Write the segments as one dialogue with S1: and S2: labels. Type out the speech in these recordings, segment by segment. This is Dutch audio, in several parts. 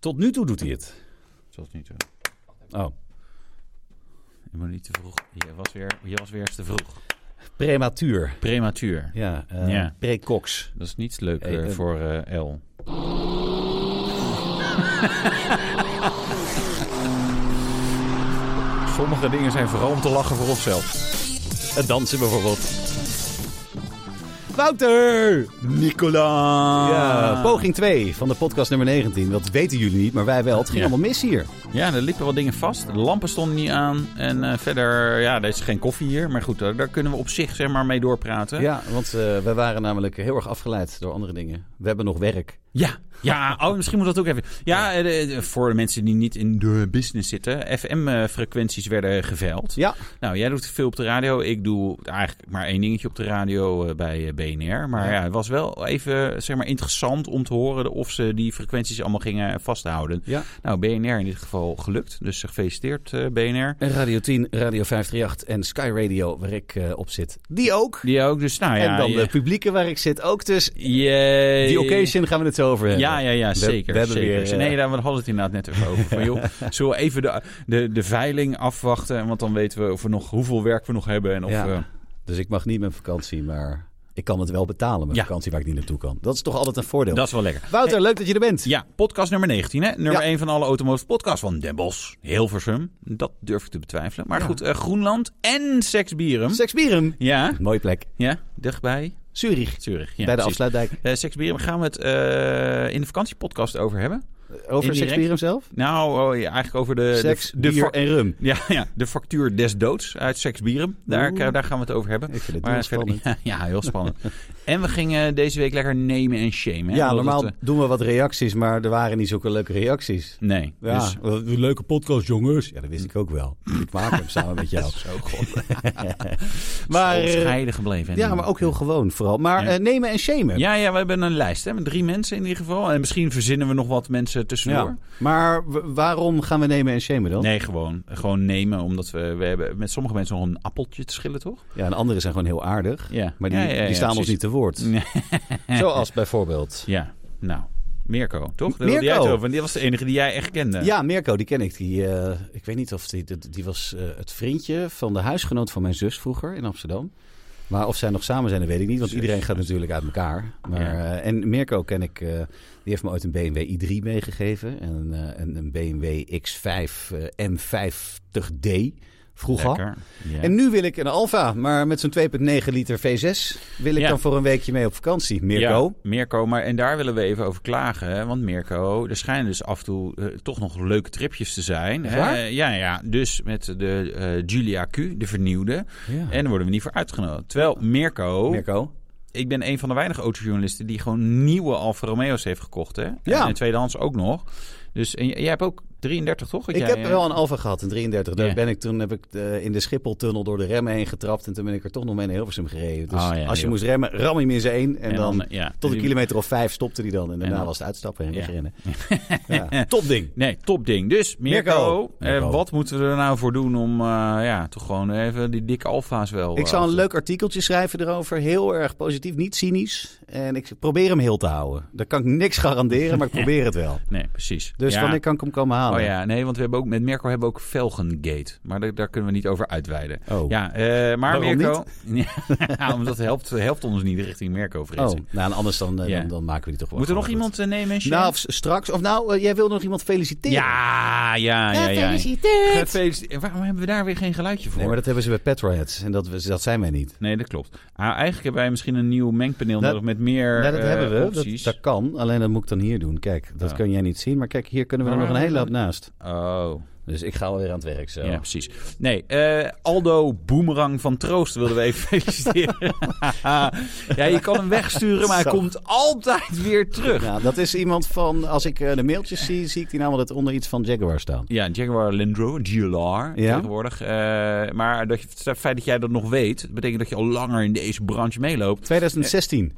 S1: Tot nu toe doet hij het.
S2: Tot nu toe.
S1: Oh,
S2: Je moet niet te vroeg. Je was weer, je was weer eens te vroeg.
S1: prematuur.
S2: Prematuur.
S1: Ja, eh
S2: Ja.
S1: precox.
S2: Dat is niets leuker
S1: Hey, eh,
S2: voor eh, L.
S1: Sommige dingen zijn vooral om te lachen voor onszelf. Het dansen bijvoorbeeld. Wouter!
S2: Nicola!
S1: Ja, poging 2 van de podcast nummer 19. Dat weten jullie niet, maar wij wel. Het ging
S2: Ja.
S1: allemaal mis hier.
S2: Ja, er liepen wat dingen vast. De lampen stonden niet aan. En eh, verder, ja, er is geen koffie hier. Maar goed, daar, daar kunnen we op zich zeg maar mee doorpraten.
S1: Ja, want eh wij waren namelijk heel erg afgeleid door andere dingen. We hebben nog werk.
S2: Ja, ja oh, misschien moet dat ook even. Ja, eh, de- de- voor de mensen die niet in de business zitten. FM-frequenties werden geveild.
S1: Ja,
S2: Nou, jij doet veel op de radio. Ik doe eigenlijk maar één dingetje op de radio eh, bij eh, BNR. Maar ja. het was wel even zeg maar, interessant om te horen of ze die frequenties allemaal gingen vasthouden.
S1: ja.
S2: Nou, BNR in dit geval gelukt. Dus gefeliciteerd, eh, BNR.
S1: En Radio 10, Radio 538 en Sky Radio, waar ik eh, op zit. Die ook.
S2: Die ook, dus nou ja.
S1: en dan
S2: je-
S1: de publieke waar ik zit ook. Dus
S2: Yay.
S1: die occasion gaan we het zo over hebben.
S2: Ja, ja, ja, zeker.
S1: we hebben
S2: zeker.
S1: weer, eh,
S2: nee, daar hadden we het inderdaad net even over. Van, joh, zullen we even de, de, de veiling afwachten? Want dan weten we of we nog, hoeveel werk we nog hebben. En of,
S1: Ja.
S2: eh,
S1: Dus ik mag niet mijn vakantie, maar ik kan het wel betalen, mijn
S2: Ja.
S1: vakantie waar ik niet naartoe kan. Dat is toch altijd een voordeel.
S2: dat is wel lekker.
S1: Wouter, leuk dat je er bent.
S2: Ja, podcast nummer 19, hè? Nummer
S1: Ja.
S2: 1 van alle automotive podcasts van Den Bosch, Hilversum. Dat durf ik te betwijfelen. Maar goed, eh, Groenland en Seksbierum.
S1: Seksbieren.
S2: ja,
S1: Mooie plek.
S2: ja, dichtbij
S1: Zurich,
S2: Zurich. Ja,
S1: bij de
S2: precies.
S1: afsluitdijk.
S2: Eh, Seksbierum gaan we het eh, in de vakantiepodcast over hebben.
S1: Over
S2: Indirect.
S1: Seksbieren zelf?
S2: Nou, oh, ja, eigenlijk over de...
S1: Seks,
S2: de, de
S1: bier
S2: fa-
S1: en rum.
S2: ja, ja, de factuur des doods uit Seksbierum. Daar, eh,
S1: Oeh.
S2: daar gaan we het over hebben.
S1: Ik vind het
S2: Maar
S1: heel
S2: verder-
S1: spannend.
S2: ja, ja, heel spannend. en we gingen deze week lekker nemen en shamen. hè,
S1: Ja,
S2: omdat
S1: normaal
S2: het, eh,
S1: doen we wat reacties, maar er waren niet zulke leuke reacties.
S2: nee,
S1: Ja,
S2: dus...
S1: wat eh, een leuke podcast, jongens. Ja, dat wist ik ook wel. Ik maak hem samen met jou.
S2: Zo, god.
S1: Maar, eh,
S2: Gescheiden gebleven. hè,
S1: ja,
S2: die-
S1: maar ook heel gewoon vooral. Maar
S2: Ja.
S1: eh, nemen en shamen.
S2: Ja, ja, we hebben een lijst hè, met drie mensen in ieder geval. En misschien verzinnen we nog wat mensen tussendoor.
S1: Ja. Maar w- waarom gaan we nemen en shamen dan?
S2: Nee, gewoon, gewoon nemen, omdat we, we hebben met sommige mensen nog een appeltje te schillen, toch?
S1: Ja, en anderen zijn gewoon heel aardig.
S2: Ja.
S1: Maar die,
S2: Ja, ja, ja,
S1: die staan ons
S2: precies.
S1: niet te woord. Zoals bijvoorbeeld.
S2: Ja, nou, Mirko, toch?
S1: Mirko!
S2: Daar wilde jij het over, die was de enige die jij echt kende.
S1: Ja, Mirko, die ken ik. Die, eh, ik weet niet of die, die, die was eh, het vriendje van de huisgenoot van mijn zus vroeger in Amsterdam. Maar of zij nog samen zijn, dat weet ik niet. Want
S2: Zus.
S1: iedereen gaat natuurlijk uit elkaar. Maar,
S2: Ja.
S1: eh, en Mirko ken ik, eh, die heeft me ooit een BMW i3 meegegeven. En eh, een, een BMW X5 eh, M50D vroeger.
S2: Lekker. Ja.
S1: En nu wil ik een Alfa, maar met zo'n 2,9 liter V6 wil ik
S2: Ja.
S1: dan voor een weekje mee op vakantie. Mirko,
S2: Ja, Mirko, maar en daar willen we even over klagen. hè, Want Mirko, er schijnen dus af en toe eh, toch nog leuke tripjes te zijn.
S1: Echt
S2: hè.
S1: waar?
S2: Ja, ja, dus met de eh, Giulia Q, de vernieuwde.
S1: Ja.
S2: En daar worden we niet voor uitgenodigd. Terwijl Mirko,
S1: Mirko,
S2: ik ben een van de weinige autojournalisten die gewoon nieuwe Alfa Romeo's heeft gekocht. Hè?
S1: Ja.
S2: En tweedehands ook nog. Dus en j- jij hebt ook 33, toch? Dat
S1: Ik
S2: jij,
S1: heb
S2: eh,
S1: wel een Alfa gehad in 33. Daar
S2: Ja.
S1: ben ik, toen heb ik eh, in de Schipholtunnel door de remmen heen getrapt. En toen ben ik er toch nog mee naar Hilversum gereden. Dus
S2: Oh, ja,
S1: als je
S2: joh.
S1: moest remmen, ram hem in zijn één. En,
S2: en
S1: dan,
S2: ja,
S1: tot een
S2: die-
S1: kilometer of vijf stopte hij dan. En daarna
S2: dan-
S1: was het uitstappen en
S2: Ja.
S1: wegrennen. Ja. Top ding.
S2: Nee, top ding. Dus Mirko,
S1: Mirko.
S2: eh,
S1: Mirko.
S2: wat moeten we er nou voor doen om eh, ja, toch gewoon even die dikke Alfa's wel...
S1: Ik
S2: eh,
S1: zal
S2: af
S1: een
S2: te-
S1: leuk artikeltje schrijven erover. Heel erg positief, niet cynisch. En ik probeer hem heel te houden. Daar kan ik niks garanderen, maar ik probeer het wel.
S2: Nee, precies.
S1: Dus
S2: Ja.
S1: wanneer kan ik hem komen halen?
S2: Oh ja, nee, want we hebben ook, met Mirko hebben we ook Velgengate. Maar daar, daar kunnen we niet over uitweiden.
S1: Oh.
S2: Ja, eh, maar
S1: Waarom
S2: Mirko... Ja, omdat het helpt, helpt ons niet richting Mirko, vrees
S1: Oh,
S2: ik.
S1: nou, en anders dan, eh,
S2: Ja.
S1: dan, dan maken we die toch wel.
S2: Moet er nog
S1: gewoon goed.
S2: iemand eh, nemen? Sjoerd?
S1: Nou, of s- straks. Of nou, eh, jij wilde nog iemand feliciteren.
S2: Ja, ja, ja. ja.
S1: Gefeliciteerd.
S2: Gefeliciteerd. Waarom hebben we daar weer geen geluidje voor?
S1: Nee, maar dat hebben ze bij Petroheads. En dat, dat zijn wij niet.
S2: Nee, dat klopt. Ah, eigenlijk hebben wij misschien een nieuw mengpaneel
S1: Dat-
S2: nodig met meer
S1: Ja, dat
S2: eh,
S1: hebben we. Dat,
S2: opties.
S1: dat kan. Alleen dat moet ik dan hier doen. Kijk, dat
S2: Ja. Nou,
S1: kun jij niet zien. Maar kijk, hier kunnen we er
S2: Maar
S1: nog een
S2: waar-
S1: hele hoop naast.
S2: Oh,
S1: Dus ik ga alweer aan het werk zo.
S2: ja, precies. Nee, eh, Aldo Boomerang van Troost wilden we even feliciteren. ja, je kan hem wegsturen, maar hij
S1: Zo.
S2: komt altijd weer terug.
S1: Nou, dat is iemand van... Als ik eh, de mailtjes zie, zie ik die namelijk dat onder iets van Jaguar staan.
S2: Ja, Jaguar Land Rover, GLR
S1: Ja.
S2: tegenwoordig. Eh, maar dat je, het feit dat jij dat nog weet, betekent dat je al langer in deze branche meeloopt.
S1: 2016.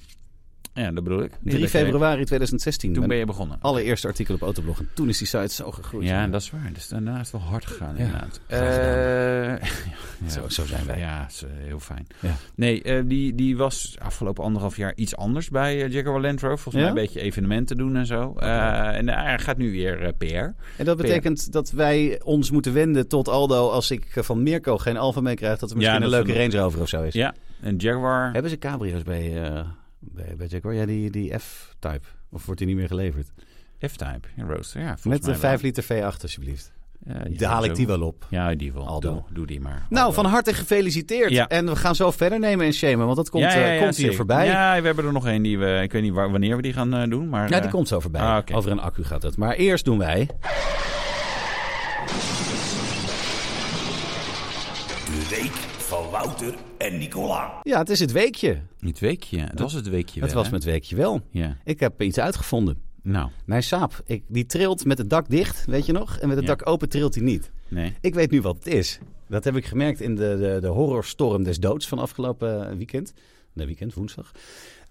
S2: Ja, dat bedoel ik. Ja,
S1: 3
S2: dat jij-
S1: februari 2016.
S2: Toen
S1: Mijn
S2: ben je begonnen.
S1: allereerste artikel op Autoblog. En toen is die site zo gegroeid.
S2: Ja, dat is waar. Dus daarna is het wel hard gegaan
S1: Ja.
S2: inderdaad.
S1: Graag
S2: Eh, ja,
S1: Zo- zo zijn wij.
S2: Ja, is, eh, heel fijn.
S1: Ja.
S2: Nee, eh, die, die was afgelopen anderhalf jaar iets anders bij eh, Jaguar Land Rover. Volgens mij
S1: Ja?
S2: een beetje evenementen doen en zo. Eh, en eh, hij gaat nu weer eh, PR.
S1: En dat betekent dat wij ons moeten wenden tot Aldo als ik eh, van Mirko geen Alfa mee krijg. Dat er misschien
S2: Ja,
S1: een
S2: dat
S1: leuke Range Rover of zo is.
S2: Ja, en Jaguar.
S1: Hebben ze cabrio's bij, eh, bij, bij Jaguar? Ja, die, die F-type. Of wordt die niet meer geleverd?
S2: F-Type, ja, Roadster. Ja, volgens
S1: Met
S2: mij
S1: de
S2: wel.
S1: 5 liter V8 alsjeblieft.
S2: Ja,
S1: Daar haal ik die wel op.
S2: Ja, die wel.
S1: Aldo.
S2: Doe, doe die maar.
S1: Nou,
S2: Aldo.
S1: van harte gefeliciteerd.
S2: Ja.
S1: En we gaan zo verder nemen en shamen, want dat komt,
S2: Ja, ja,
S1: eh,
S2: ja,
S1: komt hier
S2: zeker.
S1: voorbij. Ja,
S2: Ja, we hebben er nog één die we... Ik weet niet waar, wanneer we die gaan eh, doen, maar...
S1: die
S2: eh,
S1: komt zo voorbij.
S2: ah, oké.
S1: Over een accu gaat het. Maar eerst doen wij...
S3: De week van Wouter en Nicola.
S1: Ja, het is het weekje.
S2: Het weekje. Het was het weekje
S1: het
S2: wel,
S1: was
S2: hè?
S1: met het weekje wel.
S2: Ja,
S1: Ik heb iets uitgevonden.
S2: nou,
S1: Mijn saap, ik, die trilt met het dak dicht, weet je nog? En met het
S2: Ja.
S1: dak open trilt hij niet.
S2: nee.
S1: Ik weet nu wat het is. Dat heb ik gemerkt in de, de, de horrorstorm des doods van afgelopen eh, weekend. Nee, weekend, woensdag.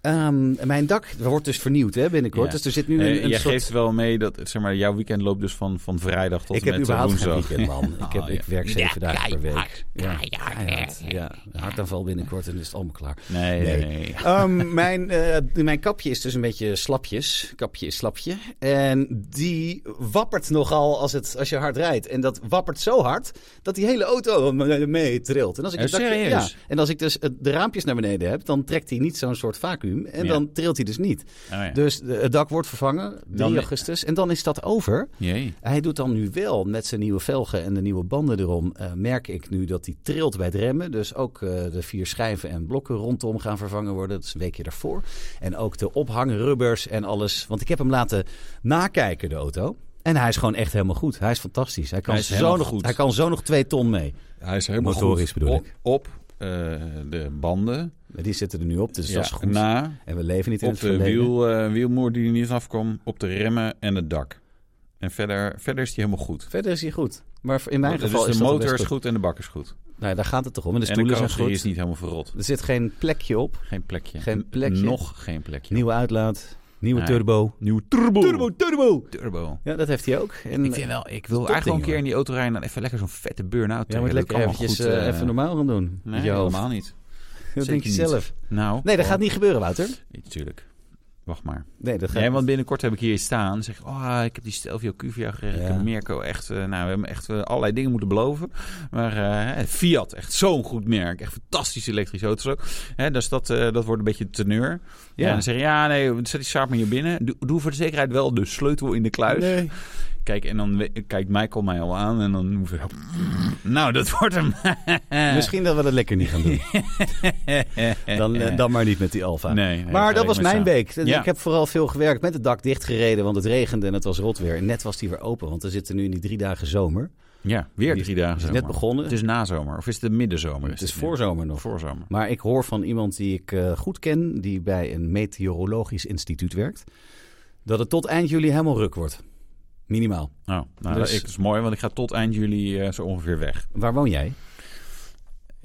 S1: Ehm, mijn dak wordt dus vernieuwd hè, binnenkort.
S2: Ja.
S1: Dus er zit nu
S2: Eh,
S1: een, een
S2: jij
S1: soort...
S2: geeft wel mee dat zeg maar, jouw weekend loopt dus van, van vrijdag tot
S1: ik
S2: en
S1: heb
S2: met eh,
S1: überhaupt geen
S2: woensdag.
S1: weekend, man. Ik, heb,
S2: Ah,
S1: ik
S2: ja.
S1: werk zeven dagen per week. Ja, keihard. ja, hartaanval binnenkort en dan is het allemaal klaar.
S2: Nee, nee.
S1: Nee.
S2: nee.
S1: Ehm, mijn, eh, mijn kapje is dus een beetje slapjes. Kapje is slapje. En die wappert nogal als, het, als je hard rijdt. En dat wappert zo hard dat die hele auto me- mee trilt. En als ik,
S2: Oh,
S1: het dakje-
S2: serieus?
S1: ja. en als ik dus het- de raampjes naar beneden heb, dan trekt hij niet zo'n soort vacuüm. En
S2: Ja.
S1: dan trilt hij dus niet.
S2: Oh, ja.
S1: Dus de- het dak wordt vervangen, 3
S2: Dan-
S1: augustus. En dan is dat over.
S2: Jee.
S1: Hij doet dan nu wel met zijn nieuwe velgen en de nieuwe banden erom. eh, merk ik nu dat hij trilt bij het remmen. Dus ook eh, de vier schijven en blokken rondom gaan vervangen worden. Dat is een weekje daarvoor. En ook de ophangrubbers en alles. Want ik heb hem laten nakijken, de auto. En hij is gewoon echt helemaal goed. Hij is fantastisch. Hij kan,
S2: Hij is
S1: zo,
S2: helemaal
S1: nog,
S2: goed.
S1: hij kan zo nog twee ton mee.
S2: Hij is helemaal
S1: Motorisch
S2: goed.
S1: bedoel
S2: op,
S1: ik.
S2: Op eh, de banden.
S1: Maar Die zitten er nu op, dus
S2: Ja,
S1: dat is goed.
S2: Na,
S1: en we leven niet in
S2: op
S1: het
S2: de
S1: verleden.
S2: wiel, eh, wielmoer die er niet afkomt, op de remmen en het dak. En verder, verder is die helemaal goed.
S1: Verder is hij goed. Maar in mijn
S2: dus
S1: geval is
S2: de
S1: dat al
S2: motor
S1: best
S2: is goed en de bak is goed.
S1: goed. Nou ja, daar gaat het toch om. En de
S2: en de
S1: stoelen zijn
S2: carrosserie
S1: goed.
S2: is niet helemaal verrot.
S1: Er zit geen plekje op.
S2: Geen plekje.
S1: Geen plekje.
S2: Nog geen plekje.
S1: Nieuwe uitlaat. Nieuwe
S2: Nee.
S1: turbo.
S2: Nieuwe turbo.
S1: Turbo, turbo!
S2: Turbo.
S1: Ja, dat heeft hij ook. En, eh,
S2: Ik vind wel, ik wil
S1: Top
S2: eigenlijk
S1: ding,
S2: wel een keer
S1: hoor.
S2: in die auto rijden en even lekker zo'n vette burn-out.
S1: ja, maar
S2: hebben. Dat
S1: lekker
S2: kan wel
S1: eventjes
S2: goed,
S1: eh,
S2: eh,
S1: even normaal gaan doen.
S2: Nee,
S1: Joh,
S2: helemaal niet.
S1: Dat denk je
S2: zeker niet.
S1: zelf.
S2: Nou.
S1: Nee, dat
S2: oh,
S1: gaat niet gebeuren, Wouter.
S2: nee, Tuurlijk. Wacht maar.
S1: Nee, dat gaat
S2: Nee, want binnenkort heb ik hier iets staan. Zeg ik, oh, ik heb die Stelvio Cuvia geregeld. Ik
S1: Ja.
S2: heb Mirko echt, eh, nou, we hebben echt eh, allerlei dingen moeten beloven. Maar eh, Fiat, echt zo'n goed merk. Echt fantastische elektrische auto's ook. Hè, dus dat, eh, dat wordt een beetje teneur. Ja.
S1: Ja.
S2: En dan zeg je, ja, nee, zet die saap maar hier binnen. Doe, doe voor de zekerheid wel de sleutel in de kluis.
S1: Nee.
S2: Kijk, en dan we- kijkt Michael mij al aan en dan hoef ik... Nou, dat wordt hem.
S1: Misschien dat we dat lekker niet gaan doen. Dus Dan, eh, dan maar niet met die Alfa.
S2: Nee, nee,
S1: maar dat
S2: gelijk
S1: was
S2: met
S1: mijn
S2: Saab.
S1: week. En
S2: Ja.
S1: Ik heb vooral veel gewerkt met het dak dichtgereden, want het regende en het was rot weer. En net was die weer open, want we zitten nu in die drie dagen zomer.
S2: Ja, weer
S1: Die-
S2: drie dagen
S1: die is
S2: zomer.
S1: net begonnen.
S2: Het is nazomer. Of is het de middenzomer?
S1: Het is
S2: nu?
S1: voorzomer nog.
S2: Voorzomer.
S1: Maar ik hoor van iemand die ik eh, goed ken, die bij een meteorologisch instituut werkt, dat het tot eind juli helemaal ruk wordt. Minimaal.
S2: Oh, nou,
S1: Dus-
S2: ik- dat is mooi, want ik ga tot eind juli eh, zo ongeveer weg.
S1: Waar woon jij?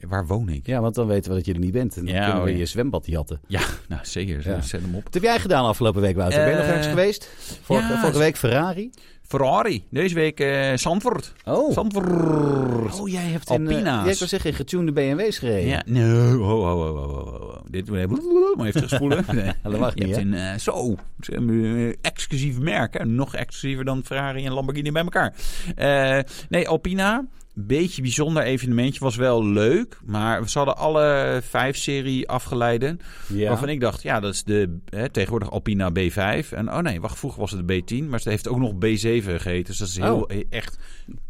S2: Waar woon ik?
S1: Ja, want dan weten we dat je er niet bent. En dan
S2: Ja,
S1: kunnen we
S2: oké.
S1: je zwembad jatten.
S2: Ja, nou zeker.
S1: Ja.
S2: Zet hem op.
S1: oh Wat heb jij gedaan afgelopen week, Wouter? ben je nog
S2: Eh,
S1: ergens geweest? Vorige,
S2: ja,
S1: vorige week Ferrari.
S2: Ferrari. Deze week eh Zandvoort.
S1: Oh,
S2: Zandvoort.
S1: oh jij hebt in, eh,
S2: Alpina's.
S1: jij zou zeggen in getunede BMW's gereden.
S2: Ja, nee, ho, ho, ho, ho, ho, ho, ho. Dit moet even, maar even terugspoelen. Nee,
S1: Dat mag
S2: je
S1: niet,
S2: hebt een, eh, zo, het is een, eh, exclusief merk. Hè? Nog exclusiever dan Ferrari en Lamborghini bij elkaar. Eh, nee, Alpina, beetje bijzonder evenementje. Was wel leuk, maar ze hadden alle vijf serie afgeleiden.
S1: Ja.
S2: Waarvan ik dacht, ja, dat is de hè, tegenwoordig Alpina B5. En oh nee, wacht, vroeger was het de B10, maar ze heeft ook nog B7 geheten. Dus dat is heel,
S1: Oh.
S2: eh, echt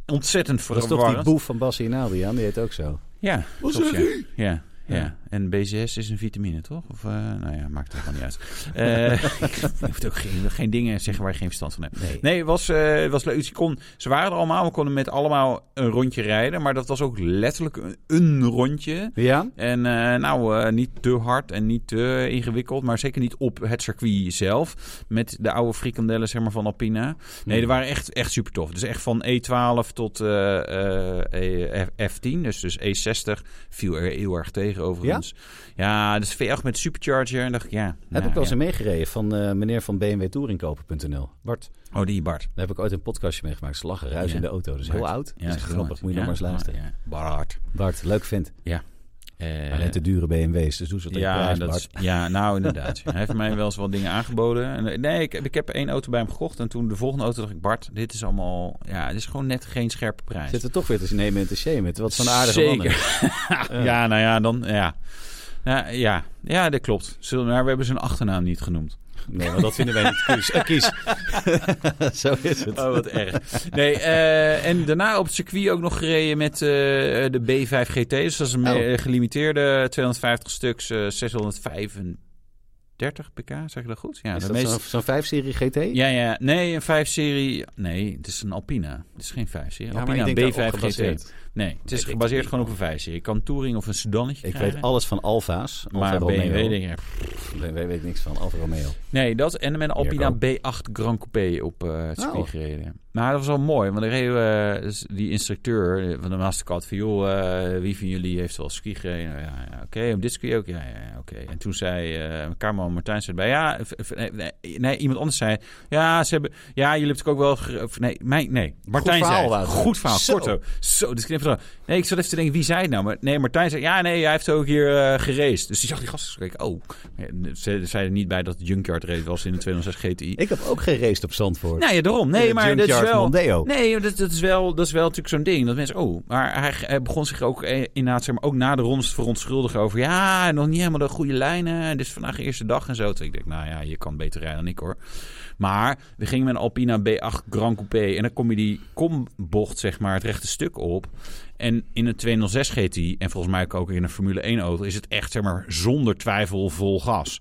S2: ontzettend
S1: Dat is toch die
S2: verwarrend.
S1: boef van Bassi en Adriaan, die heet ook zo.
S2: Ja,
S1: Wat
S2: klopt,
S1: zeg
S2: ja. Ja, ja.
S1: Ja.
S2: En B6 is een vitamine, toch? Of, eh, nou ja, maakt het gewoon niet uit. Eh je hoeft ook geen, geen dingen zeggen waar je geen verstand van hebt.
S1: Nee.
S2: Nee, het was, eh, was leuk. Dus je kon, ze waren er allemaal. We konden met allemaal een rondje rijden. Maar dat was ook letterlijk een, een rondje.
S1: Ja?
S2: En eh, nou, eh, niet te hard en niet te ingewikkeld. Maar zeker niet op het circuit zelf. Met de oude frikandellen zeg maar, van Alpina. Nee,
S1: Hmm.
S2: die waren echt, echt super tof. Dus echt van eh, E12 tot eh, eh, E- F- F10. Dus, dus E60 E viel er heel erg tegen. gekregen overigens. Ja, dus V8 met supercharger. En dacht ik, ja.
S1: Heb
S2: nou,
S1: ik wel eens
S2: ja.
S1: een meegereden van eh, meneer van bmwtouringkopen.nl. Bart,
S2: Oh, die Bart.
S1: daar heb ik ooit een podcastje meegemaakt. Ze lachen ruis
S2: Ja.
S1: in de auto. Dat is heel
S2: Bart.
S1: oud.
S2: Ja,
S1: dat is
S2: heel oud.
S1: grappig. Moet je
S2: Ja,
S1: nog maar eens luisteren.
S2: ja. Bart.
S1: Bart, leuk vent.
S2: Ja.
S1: Maar net de dure BMW's, dus doe ze wat in
S2: Ja,
S1: prijs,
S2: dat
S1: Bart.
S2: is, ja, nou inderdaad. Hij heeft mij wel eens wat dingen aangeboden. En, eh, Nee, ik, ik heb één auto bij hem gekocht. En toen de volgende auto dacht ik, Bart, dit is allemaal... Ja, dit is gewoon net geen scherpe prijs.
S1: Zit er toch weer tussen nemen en te shamen. Wat van aardige mannen.
S2: Zeker. ja, nou ja, dan... Ja, ja, ja. ja dat klopt. Zullen, maar we hebben zijn achternaam niet genoemd.
S1: Nee, maar dat vinden wij niet kies. Eh, kies. Zo is het.
S2: Oh, wat erg. Nee, eh, en daarna op het circuit ook nog gereden met eh, de B5 GT. Dus dat is een
S1: Oh.
S2: me- eh, gelimiteerde 250 stuks, eh 635 pk, zeg ik dat goed? Ja,
S1: is
S2: de
S1: dat
S2: meeste-
S1: zo'n, zo'n 5-serie GT?
S2: Ja, ja. Nee, een 5-serie... Nee, het is een Alpina. Het is geen
S1: Ja,
S2: 5-serie.
S1: maar
S2: Alpina,
S1: ik denk daarop
S2: B5 GT.
S1: gebaseerd.
S2: Nee, het is
S1: ik
S2: gebaseerd
S1: niet,
S2: gewoon op een 5-serie. Je kan touring of een sedannetje
S1: Ik
S2: krijgen.
S1: weet alles van Alfa's. Alfa
S2: maar
S1: Romeo.
S2: BMW denk ik...
S1: BMW weet niks van Alfa Romeo.
S2: Nee, dat en met een Alpina B8 Grand Coupé op eh, het circuit
S1: Oh.
S2: gereden. Maar dat was wel mooi, want er reden we, eh, dus die instructeur van de Mastercard van... joh, eh, wie van jullie heeft wel circuit gereden? Nou, Ja, ja, oké, op dit circuit ook? Ja, ja, ja, oké. En toen zei eh Carmen Martijn zei bij... ja, v- v- nee, nee, nee, iemand anders zei... ja, ze hebben, ja jullie hebben het ook wel... ge- of nee, mij, nee, Martijn
S1: Goed verhaal,
S2: zei het.
S1: Wouter.
S2: Goed verhaal,
S1: Zo.
S2: kort zo. Zo, dus ik knip zo. Nee, ik zat even te denken, wie zei het nou? Maar, nee, Martijn zei... ja, nee, hij heeft ook hier eh geraced. Dus die zag die gasten kijken, oh... Ja, Ze zeiden niet bij dat het Junkyard race was in de 206 GTI.
S1: Ik heb ook geraced op Zandvoort.
S2: Nou ja, daarom.
S1: In
S2: Nee,
S1: het
S2: maar dat is
S1: Junkyard
S2: wel...
S1: Mondeo.
S2: Nee, dat, dat, is wel, dat is wel natuurlijk zo'n ding. Dat mensen, oh, maar hij, hij begon zich ook eh, inderdaad, zeg maar, ook na de rondes verontschuldigen over... Ja, nog niet helemaal de goede lijnen. Dit is vandaag de eerste dag en zo. Toen ik dacht, nou ja, je kan beter rijden dan ik hoor. Maar we gingen met een Alpina B8 Grand Coupé. En dan kom je die kombocht, zeg maar, het rechte stuk op. En in een 206 GTI, en volgens mij ook in een Formule 1 auto, is het echt, zeg maar, zonder twijfel vol gas.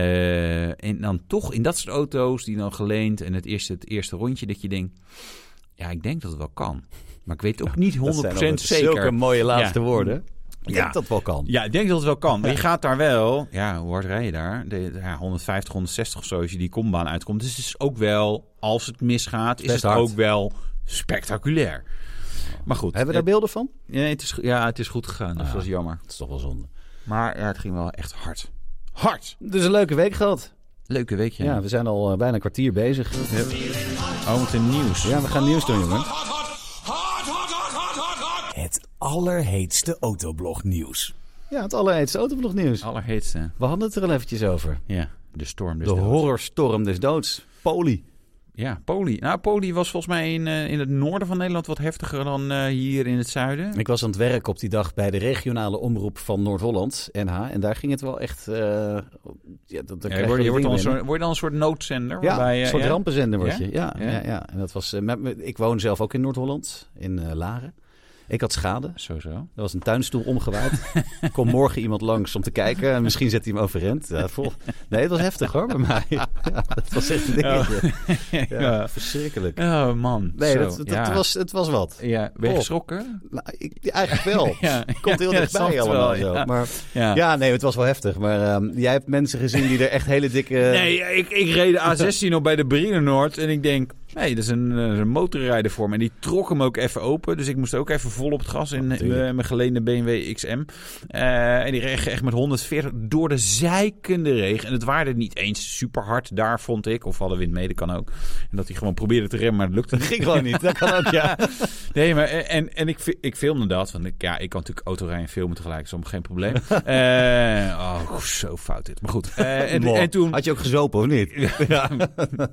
S2: Eh, en dan toch in dat soort auto's, die dan geleend en het eerste, het eerste rondje, dat je denkt, ja, ik denk dat het wel kan. Maar ik weet ook niet 100%
S1: Dat zijn altijd
S2: zeker.
S1: Zulke mooie laatste
S2: Ja.
S1: woorden. Ik
S2: Ja.
S1: denk dat wel kan.
S2: Ja, ik denk dat het wel kan. Maar je gaat daar wel... Ja, hoe hard rij je daar? De, ja, 150, 160 of zo als je die kombaan uitkomt. Dus het is ook wel, als het misgaat, is
S1: Best
S2: het
S1: hard.
S2: ook wel spectaculair. Maar goed.
S1: Hebben we daar beelden van?
S2: eh, nee, het is, go- ja, het is goed gegaan. Dus
S1: Ah.
S2: dat is jammer.
S1: Dat is toch wel zonde.
S2: Maar ja, het ging wel echt hard. Hard!
S1: Dus een leuke week gehad.
S2: Leuke weekje.
S1: Ja, we zijn al eh, bijna een kwartier bezig.
S2: Oh, met de nieuws.
S1: Ja, we gaan nieuws doen, jongen.
S3: Het allerheetste autoblog nieuws.
S1: Ja, het allerheetste autoblog nieuws.
S2: Allerheetste.
S1: We hadden het er al eventjes over.
S2: Ja, de storm. Dus
S1: De
S2: dood.
S1: horrorstorm des doods. Poli.
S2: Ja, Poli. Nou, Poli was volgens mij in, eh, in het noorden van Nederland wat heftiger dan eh, hier in het zuiden.
S1: Ik was aan het werk op die dag bij de regionale omroep van Noord-Holland, NH. En daar ging het wel echt... eh, ja, dat, dan
S2: Ja,
S1: krijg wel
S2: je, wordt, je, wordt
S1: dingen
S2: dan een
S1: binnen.
S2: soort, word je dan een soort noodzender?
S1: Ja,
S2: waarbij,
S1: een
S2: eh,
S1: soort
S2: ja?
S1: rampenzender word
S2: Ja?
S1: je. Ja, ja.
S2: Ja?
S1: Ja, En dat was, eh, met, met- ik woon zelf ook in Noord-Holland, in eh, Laren. Ik had schade.
S2: Sowieso.
S1: Er was een tuinstoel omgewaaid. Er Komt morgen iemand langs om te kijken. En Misschien zet hij hem overend. Ja, vol. Nee, het was heftig hoor, bij mij. Ja, het was echt een dingetje. Ja,
S2: Ja.
S1: Verschrikkelijk.
S2: Oh man.
S1: Nee,
S2: Zo,
S1: dat, dat
S2: ja.
S1: was, het was wat.
S2: Ja, ben je
S1: Oh.
S2: geschrokken?
S1: Nou, ik, eigenlijk wel.
S2: Ja.
S1: Komt heel
S2: Ja, dat snap
S1: dichtbij
S2: ik
S1: allemaal
S2: wel,
S1: zo.
S2: ja.
S1: Maar
S2: Ja.
S1: ja, nee, het was wel heftig. Maar ehm, jij hebt mensen gezien die er echt hele dikke...
S2: Nee, ik, ik reed de A16 op bij de Berine Noord en ik denk, hé, hey, dat is een, eh, een motorrijder voor me. En die trok hem ook even open, dus ik moest ook even vol op het gas in eh,
S1: Natuurlijk.
S2: mijn geleende BMW XM. Eh, en die reed echt met 140 door de zeikende regen. En het waarde niet eens super hard daar, vond ik. Of hadden wind mee, dat kan ook. En dat hij gewoon probeerde te remmen, maar het lukte niet.
S1: eh, ging gewoon niet. Dat kan ook, ja.
S2: Nee, maar eh, en, en ik, fi- ik filmde dat. Want ik, ja, ik kan natuurlijk autorijden en filmen tegelijk, is allemaal geen probleem. Eh, oh, zo fout dit. Maar goed. Eh, en, en toen...
S1: Had je ook gezopen of niet?
S2: Ja,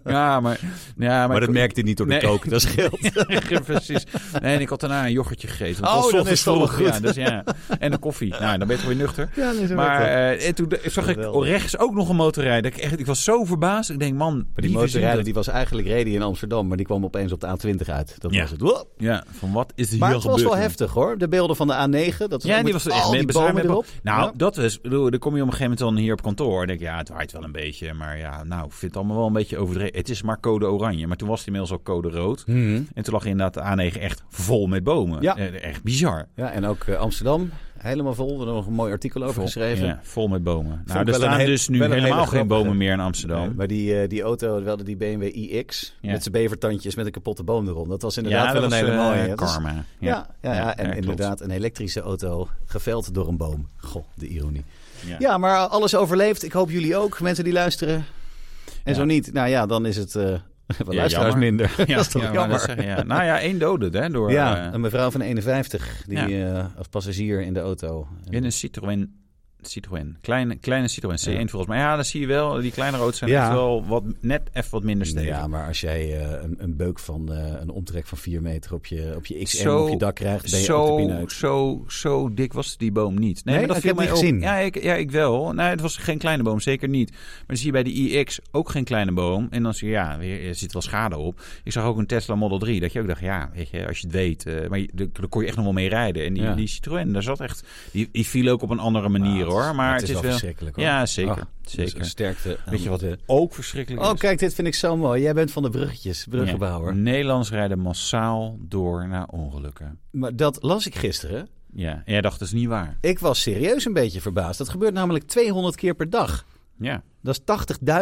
S2: ja, maar, ja, maar...
S1: Maar dat merkte hij niet door de
S2: Nee.
S1: koken, dat scheelt.
S2: Ja, Precies. Nee, en ik had daarna een yoghurtje gegeten. want
S1: Oh,
S2: het was
S1: dan is het
S2: ochtends
S1: allemaal
S2: vroeg.
S1: goed.
S2: Ja, dus, ja. En de koffie. Nou, dan ben je toch weer nuchter.
S1: Ja, nee, zo
S2: Maar
S1: werkt dat.
S2: eh, en toen de- zag ik
S1: Geweldig.
S2: rechts ook nog een motorrijder. Ik, echt, ik was zo verbaasd. Ik denk, man,
S1: Maar die
S2: wie verzint
S1: motorrijder
S2: dat?
S1: die was eigenlijk reden in Amsterdam, maar die kwam opeens op de A20 uit. Dat
S2: Ja.
S1: was het. Wow.
S2: Ja, van wat is hier
S1: Maar
S2: gebeurd?
S1: het was wel
S2: man?
S1: heftig hoor. De beelden van de A9. Dat
S2: Ja, die
S1: met
S2: was
S1: al
S2: echt
S1: die
S2: bezwaar
S1: bomen
S2: met
S1: erop.
S2: Nou,
S1: Ja.
S2: dat is, bedoel, dan kom je op een gegeven moment dan hier op kantoor. En denk ik, ja, het waait wel een beetje. Maar ja, nou, ik vind het allemaal wel een beetje overdreven. Het is maar code oranje. Maar toen was was het inmiddels al code rood.
S1: Mhm.
S2: En toen lag inderdaad de A9 echt vol met bomen.
S1: Ja.
S2: Eh, Echt bizar.
S1: Ja, en ook eh, Amsterdam, helemaal vol. We hebben nog een mooi artikel over geschreven.
S2: Ja, vol met bomen.
S1: ik
S2: Nou, er
S1: wel een
S2: staan
S1: hele-
S2: dus nu
S1: wel een hele
S2: helemaal geen
S1: grappige.
S2: bomen meer in Amsterdam.
S1: Nee, maar die, eh, die auto, we hadden die BMW iX
S2: Ja.
S1: met zijn bevertandjes met een kapotte boom erom. Dat was inderdaad wel een
S2: was,
S1: hele
S2: eh,
S1: mooie. Dat is-
S2: karma.
S1: Ja, ja, ja,
S2: Ja,
S1: en
S2: ja, klopt.
S1: inderdaad een elektrische auto geveld door een boom. Goh, de ironie.
S2: Ja.
S1: Ja, maar alles overleeft. Ik hoop jullie ook, mensen die luisteren. En
S2: Ja.
S1: zo niet, nou ja, dan is het eh wat
S2: Ja,
S1: luisteraars
S2: jammer.
S1: minder.
S2: Ja,
S1: dat is toch
S2: ja, maar
S1: jammer.
S2: dat zeggen, ja. Nou ja, één dode hè, door,
S1: ja,
S2: eh,
S1: een mevrouw van 51, die
S2: Ja.
S1: eh, als passagier in de auto.
S2: in een Citroën. Citroën. Kleine, kleine Citroën C1 volgens mij. Ja, dat zie je wel. Die kleine rood zijn
S1: Ja.
S2: echt wel wat, net even wat minder stevig.
S1: Ja, maar als jij eh, een, een beuk van eh, een omtrek van 4 meter op je, op je XM
S2: Zo-
S1: op je dak krijgt, ben je ook de
S2: zo,
S1: pineut.
S2: zo, zo dik was die boom niet.
S1: Nee,
S2: maar dat
S1: ik
S2: viel
S1: heb
S2: mij
S1: die gezien.
S2: op. Ja ik, ja, ik wel. Nee, het was geen kleine boom, zeker niet. Maar dan zie je bij de iX ook geen kleine boom. En dan zie je, ja, weer, er zit wel schade op. Ik zag ook een Tesla Model 3. Dat je ook dacht, ja, weet je, als je het weet. eh, maar je- daar daar kon je echt nog wel mee rijden. En die,
S1: Ja.
S2: die Citroën, daar zat echt... Die, die viel ook op een andere manier,
S1: Ah,
S2: hoor. Maar het is, wel...
S1: verschrikkelijk. hoor.
S2: Ja, zeker.
S1: Ach, dus
S2: zeker.
S1: sterkte. aan
S2: Weet je wat
S1: de-
S2: ook verschrikkelijk
S1: Oh,
S2: is?
S1: kijk, dit vind ik zo mooi. Jij bent van de bruggetjes,
S2: Ja.
S1: bruggenbouwer.
S2: Nederlands rijden massaal door naar ongelukken.
S1: Maar dat las ik gisteren.
S2: Ja, en jij dacht, dat is niet waar.
S1: Ik was serieus een beetje verbaasd. Dat gebeurt namelijk 200 keer per dag.
S2: Ja.
S1: Dat is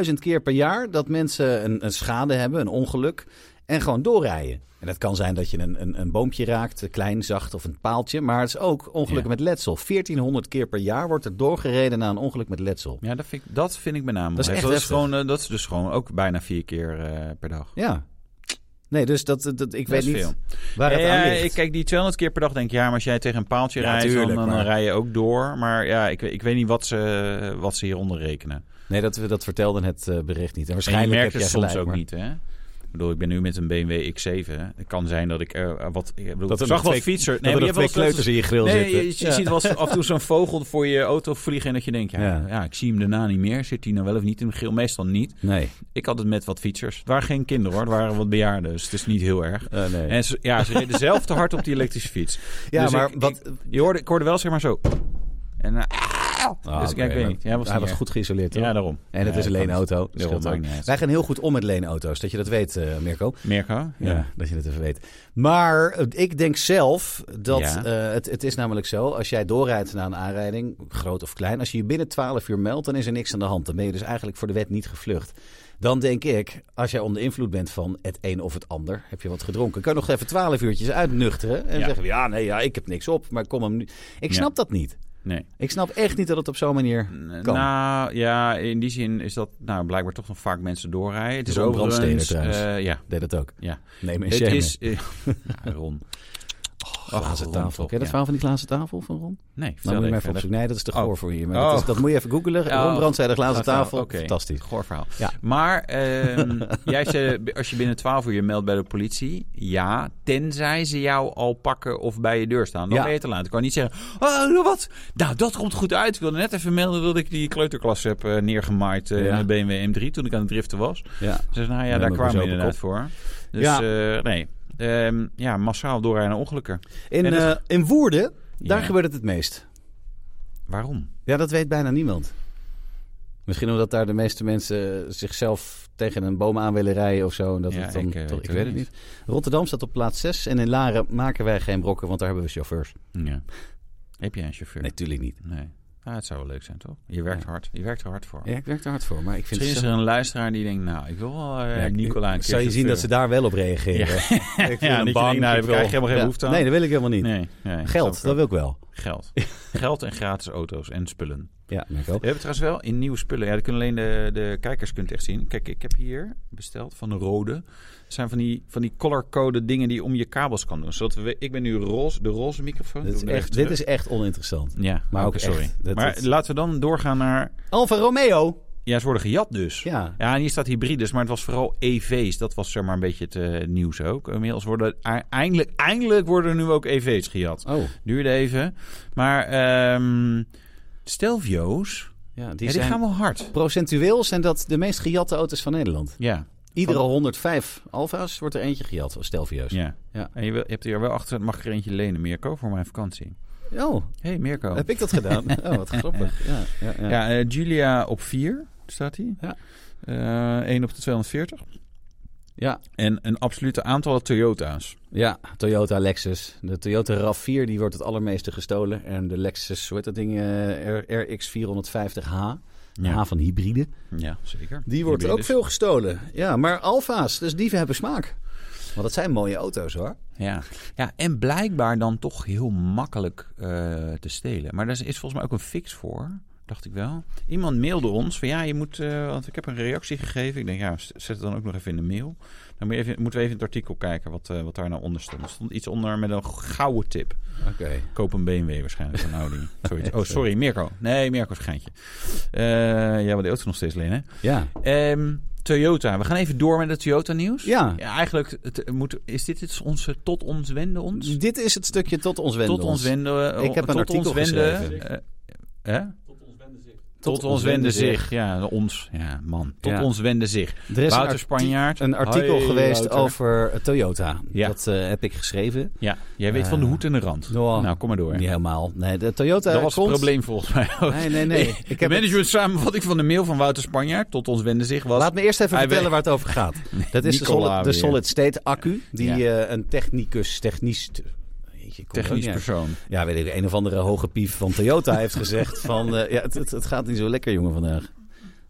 S1: 80.000 keer per jaar dat mensen een, een schade hebben, een ongeluk. En gewoon doorrijden. En dat kan zijn dat je een, een, een boompje raakt, een klein, zacht of een paaltje. Maar het is ook ongelukken
S2: Ja.
S1: met letsel. 1400 keer per jaar wordt er doorgereden na een ongeluk met letsel.
S2: Ja, dat vind ik, dat vind ik met name.
S1: Dat is
S2: wel
S1: echt
S2: heftig.
S1: heftig.
S2: gewoon, eh, dat is dus gewoon ook bijna vier keer eh, per dag.
S1: Ja. Nee, dus dat, dat, ik weet
S2: is
S1: niet
S2: veel.
S1: waar het
S2: ja,
S1: aan ligt.
S2: ik kijk die 200 keer per dag denk ik, ja, maar als jij tegen een paaltje
S1: Ja,
S2: rijdt, dan,
S1: tuurlijk,
S2: dan
S1: maar-
S2: rij je ook door. Maar ja, ik, ik weet niet wat ze, wat ze hieronder rekenen.
S1: Nee, dat, we- dat vertelden het eh, bericht niet. En
S2: En je
S1: waarschijnlijk
S2: merkt
S1: heb
S2: het
S1: jij
S2: soms
S1: gelijk,
S2: ook
S1: maar-
S2: niet, hè? Ik bedoel, ik ben nu met een BMW X7. hè. Het kan zijn dat ik eh, wat... Ik bedoel,
S1: Dat er
S2: ik
S1: nog
S2: zag wat
S1: twee-
S2: fietser...
S1: dat
S2: maar
S1: er
S2: je
S1: nog twee
S2: hebt wel eens-
S1: kleuters in je grill
S2: Nee,
S1: zitten.
S2: je, je
S1: Ja.
S2: ziet wel eens af en toe zo'n vogel voor je auto vliegen... en dat je denkt, ja, ja.
S1: Ja.
S2: ik zie hem daarna niet meer. Zit hij nou wel of niet in de grill? Meestal niet.
S1: Nee.
S2: Ik had het met wat fietsers. Het waren geen kinderen hoor, het waren wat bejaarden. Dus het is niet heel erg.
S1: Eh, nee.
S2: En ze, ja, ze reden zelf te hard op die elektrische fiets.
S1: ja,
S2: Dus
S1: maar
S2: ik,
S1: wat...
S2: ik- je hoorde, ik hoorde wel zeg maar zo. En, eh,
S1: Ah,
S2: dus, ja, ik
S1: oké,
S2: weet
S1: maar
S2: niet. Jij was
S1: hij
S2: niet
S1: was
S2: erg.
S1: goed geïsoleerd, toch?
S2: Ja, daarom.
S1: En het
S2: Ja,
S1: is een
S2: dat
S1: leenauto. dus
S2: is- daarom,
S1: Scheelt ook.
S2: maakt niet uit.
S1: Wij gaan heel goed om met leenauto's. Dat je dat weet, eh, Mirko.
S2: Mirko? Ja.
S1: Ja. dat je het even weet. Maar eh, ik denk zelf dat
S2: Ja.
S1: eh, het, het is namelijk zo. Als jij doorrijdt na een aanrijding, groot of klein. Als je je binnen 12 uur meldt, dan is er niks aan de hand. Dan ben je dus eigenlijk voor de wet niet gevlucht. Dan denk ik, als jij onder invloed bent van het een of het ander, heb je wat gedronken, kan je nog even 12 uurtjes uitnuchteren. En
S2: Ja.
S1: zeggen, ja, nee, ja, ik heb niks op, maar kom hem nu. Ik
S2: Ja.
S1: snap dat niet.
S2: Nee.
S1: Ik snap echt niet dat het op zo'n manier kan.
S2: Nou ja, in die zin is dat nou, blijkbaar toch nog vaak mensen doorrijden. Het is
S1: Ron
S2: overigens...
S1: Brandsteder trouwens.
S2: eh, ja,
S1: Deed dat ook.
S2: ja.
S1: Neem een
S2: Het
S1: shame.
S2: is... eh, ja, Ron.
S1: glazen
S2: Ron,
S1: tafel.
S2: toch,
S1: Ken je dat
S2: ja.
S1: verhaal van die glazen tafel van Ron?
S2: Nee,
S1: Nou,
S2: vertel
S1: moet je
S2: even.
S1: maar even opzoeken. Nee, dat is te goor
S2: Oh.
S1: voor je. Maar dat, is,
S2: Oh.
S1: dat moet je even googelen.
S2: Oh.
S1: Ron Brandt zei de glazen
S2: Glazen
S1: tafel.
S2: tafel, Ah, oké.
S1: Fantastisch.
S2: Goor verhaal.
S1: Ja.
S2: Maar ehm, jij zei, als je binnen 12 uur je meldt bij de politie, ja, tenzij ze jou al pakken of bij je deur staan, dan
S1: Ja.
S2: ben je te laat. Ik kan niet zeggen, oh, wat? Nou, dat komt goed uit. Ik wilde net even melden dat ik die kleuterklas heb eh, neergemaaid eh,
S1: Ja.
S2: in de BMW M3 toen ik aan het driften was.
S1: Ja.
S2: Ze zei, nou ja,
S1: Ja,
S2: daar
S1: met
S2: kwamen we
S1: bezopen
S2: inderdaad voor. Dus
S1: Ja.
S2: eh, nee, Ehm, ja, massaal doorrijden ongelukken.
S1: In,
S2: En dat-
S1: eh, in Woerden, daar
S2: Ja.
S1: gebeurt het het meest.
S2: Waarom?
S1: Ja, dat weet bijna niemand. Misschien omdat daar de meeste mensen zichzelf tegen een boom aan willen rijden of zo. En dat
S2: Ja,
S1: het dan,
S2: ik, eh,
S1: toch-
S2: weet
S1: ik
S2: het
S1: weet het niet. Rotterdam staat op plaats 6 en in Laren maken wij geen brokken, want daar hebben we chauffeurs.
S2: Ja. Heb jij een chauffeur?
S1: Nee, tuurlijk niet.
S2: Nee. Ah, het zou wel leuk zijn, toch? Je werkt
S1: Ja.
S2: hard. Je werkt er hard voor.
S1: Ja, ik werk er hard voor, maar ik vind
S2: Misschien is
S1: het
S2: er
S1: zo...
S2: een luisteraar die denkt, nou, ik wil wel eh,
S1: Ja, ik-
S2: Nicola een keer
S1: Zou je zien dat ze daar wel op reageren?
S2: Ja.
S1: ik vind
S2: Ja, dat je denkt, nou, heb ik eigenlijk helemaal geen
S1: Ja.
S2: behoefte aan.
S1: Nee, dat wil ik helemaal niet.
S2: Nee, nee,
S1: Geld,
S2: snap
S1: dat
S2: ik
S1: wil ik wel.
S2: ook. Geld. Geld en gratis auto's en spullen.
S1: Ja, Mirko.
S2: We hebben trouwens wel in nieuwe spullen. Ja, dat kunnen alleen de, de kijkers kunnen het echt zien. Kijk, ik heb hier besteld van de Rode. Dat zijn van die, van die colorcode dingen die je om je kabels kan doen. Zodat we, we- ik ben nu roze, de roze microfoon.
S1: Dit is,
S2: Doe hem
S1: echt,
S2: even
S1: dit is echt oninteressant.
S2: terug. Ja,
S1: maar
S2: maar
S1: ook
S2: sorry.
S1: echt. Dat-
S2: maar
S1: dat-
S2: laten we dan doorgaan naar...
S1: Alfa Romeo.
S2: Ja, ze worden gejat dus.
S1: Ja.
S2: Ja, en hier staat hybrides, maar het was vooral EV's. Dat was zeg maar een beetje het eh, nieuws ook. Inmiddels worden eindelijk, eindelijk worden er nu ook EV's gejat.
S1: Oh,
S2: Duurde even. Maar ehm Stelvio's,
S1: ja. Die,
S2: die, ja,
S1: zijn...
S2: die gaan wel hard.
S1: Procentueel zijn dat de meest gejatte auto's van Nederland.
S2: Ja,
S1: Iedere 105 Alfa's wordt er eentje gejat, of Stelvio's.
S2: ja.
S1: Ja.
S2: En je, wil- je hebt hier wel achter, mag ik er eentje lenen, Mirko, voor mijn vakantie.
S1: Oh,
S2: Hé, hey, Mirko.
S1: heb ik dat gedaan? Oh, wat grappig. Ja, ja, ja.
S2: Ja, eh, Julia op 4 staat hij.
S1: Ja.
S2: Eh, 1 op de 240.
S1: Ja,
S2: En een absolute aantal Toyota's.
S1: ja, Toyota Lexus. De Toyota RAV4 die wordt het allermeeste gestolen. En de Lexus, hoe heet dat ding? eh, R- RX450H. H van hybride.
S2: ja zeker.
S1: Die wordt er ook
S2: Hybrides.
S1: veel gestolen. Ja, maar Alfa's, dus dieven hebben smaak. Want dat zijn mooie auto's hoor.
S2: Ja. ja, en blijkbaar dan toch heel makkelijk eh, te stelen. Maar daar is volgens mij ook een fix voor, dacht ik wel. Iemand mailde ons van ja, je moet, eh, want ik heb een reactie gegeven. Ik denk ja, z- zet het dan ook nog even in de mail. Dan moet je even, moeten we even in het artikel kijken wat, eh, wat daar nou onder stond. Er stond iets onder met een gouden tip.
S1: Oké.
S2: Koop een BMW waarschijnlijk, een Audi. Zoiets. Oh, sorry, Mirko. Nee, Mirko is een geintje. Eh, ja, wat de auto nog steeds lenen.
S1: Ja.
S2: Ehm, Toyota. We gaan even door met het Toyota-nieuws.
S1: Ja.
S2: Ja, eigenlijk het, eh, moet, is dit het onze tot ons wende ons?
S1: Dit is het stukje tot ons wenden.
S2: Tot ons wende.
S1: Ik heb een
S2: tot
S1: artikel
S2: ons wende,
S1: geschreven.
S2: eh, hè? Tot, ons wende zich. Ja, ons. Ja, man. Tot
S1: Ja.
S2: ons wende zich.
S1: Er is een,
S2: Wouter
S1: art-
S2: Spanjaard.
S1: een artikel
S2: Hoi,
S1: geweest
S2: Wouter.
S1: over eh, Toyota.
S2: Ja.
S1: Dat eh, heb ik geschreven.
S2: Ja, jij weet van de hoed en de rand.
S1: Nou,
S2: nou, kom maar door.
S1: Niet helemaal. Nee, de Toyota
S2: Dat was het
S1: Eh, komt...
S2: probleem volgens mij ook.
S1: Nee, nee, nee.
S2: Ik
S1: Ik
S2: heb
S1: heb
S2: management samenvatting van de mail van Wouter Spanjaard tot ons wende zich was.
S1: Laat me eerst even
S2: Hij
S1: vertellen
S2: weet-
S1: waar het over gaat. Dat is de
S2: Nicola
S1: solid, de
S2: weer.
S1: solid state accu. Die eh, een technicus, technisch... Jeetje, ik kom er ook
S2: Technisch
S1: niet uit.
S2: persoon.
S1: Ja, weet ik, een of andere hoge pief van Toyota heeft gezegd van... eh, ja, het, het, het gaat niet zo lekker, jongen, vandaag.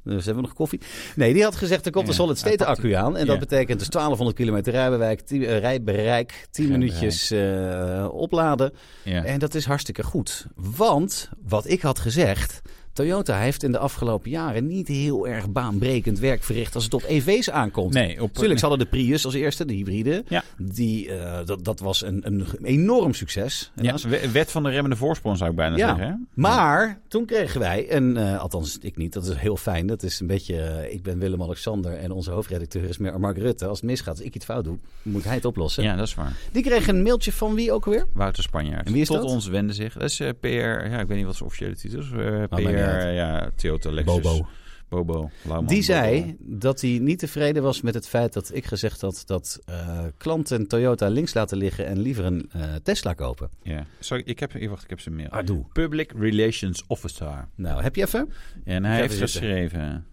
S1: Dus hebben we nog koffie? Nee, die had gezegd, er komt een
S2: Ja,
S1: solid state
S2: hij pakt
S1: accu aan. En dat
S2: Ja.
S1: betekent dus 1200 kilometer rijbereik, 10, eh, rijbereik, 10
S2: Rijbereik.
S1: minuutjes eh, opladen.
S2: Ja.
S1: En dat is hartstikke goed. Want, wat ik had gezegd... Toyota heeft in de afgelopen jaren niet heel erg baanbrekend werk verricht als het op EV's aankomt.
S2: Nee, op,
S1: Natuurlijk, ze hadden de Prius als eerste, de hybride.
S2: Ja.
S1: Die, eh, dat, dat was een, een enorm succes.
S2: ja, we- wet van de remmende voorsprong zou ik bijna
S1: Ja,
S2: zeggen. hè?
S1: Maar toen kregen wij, en eh, althans ik niet, dat is heel fijn. Dat is een beetje, eh, ik ben Willem-Alexander en onze hoofdredacteur is meer Mark Rutte. Als het misgaat, als ik iets fout doe, moet hij het oplossen.
S2: Ja, dat is waar.
S1: Die kreeg een mailtje van wie ook weer?
S2: Wouter Spanjaard.
S1: En wie is
S2: Tot
S1: dat?
S2: ons wende zich. Dat is eh, PR, ja, ik weet niet wat zijn officiële titel is. Eh, PR,
S1: mij niet uit.
S2: ja, Toyota Lexus.
S1: Bobo.
S2: Bobo, Lauwman,
S1: Die
S2: Bobo.
S1: zei dat hij niet tevreden was met het feit dat ik gezegd had dat eh, klanten Toyota links laten liggen en liever een eh, Tesla kopen.
S2: Ja. Sorry, ik heb, hier, wacht, ik heb zijn mail.
S1: Ah, doe.
S2: Public Relations Officer.
S1: Nou, heb je even?
S2: En hij
S1: Ga
S2: heeft
S1: even zitten.
S2: geschreven...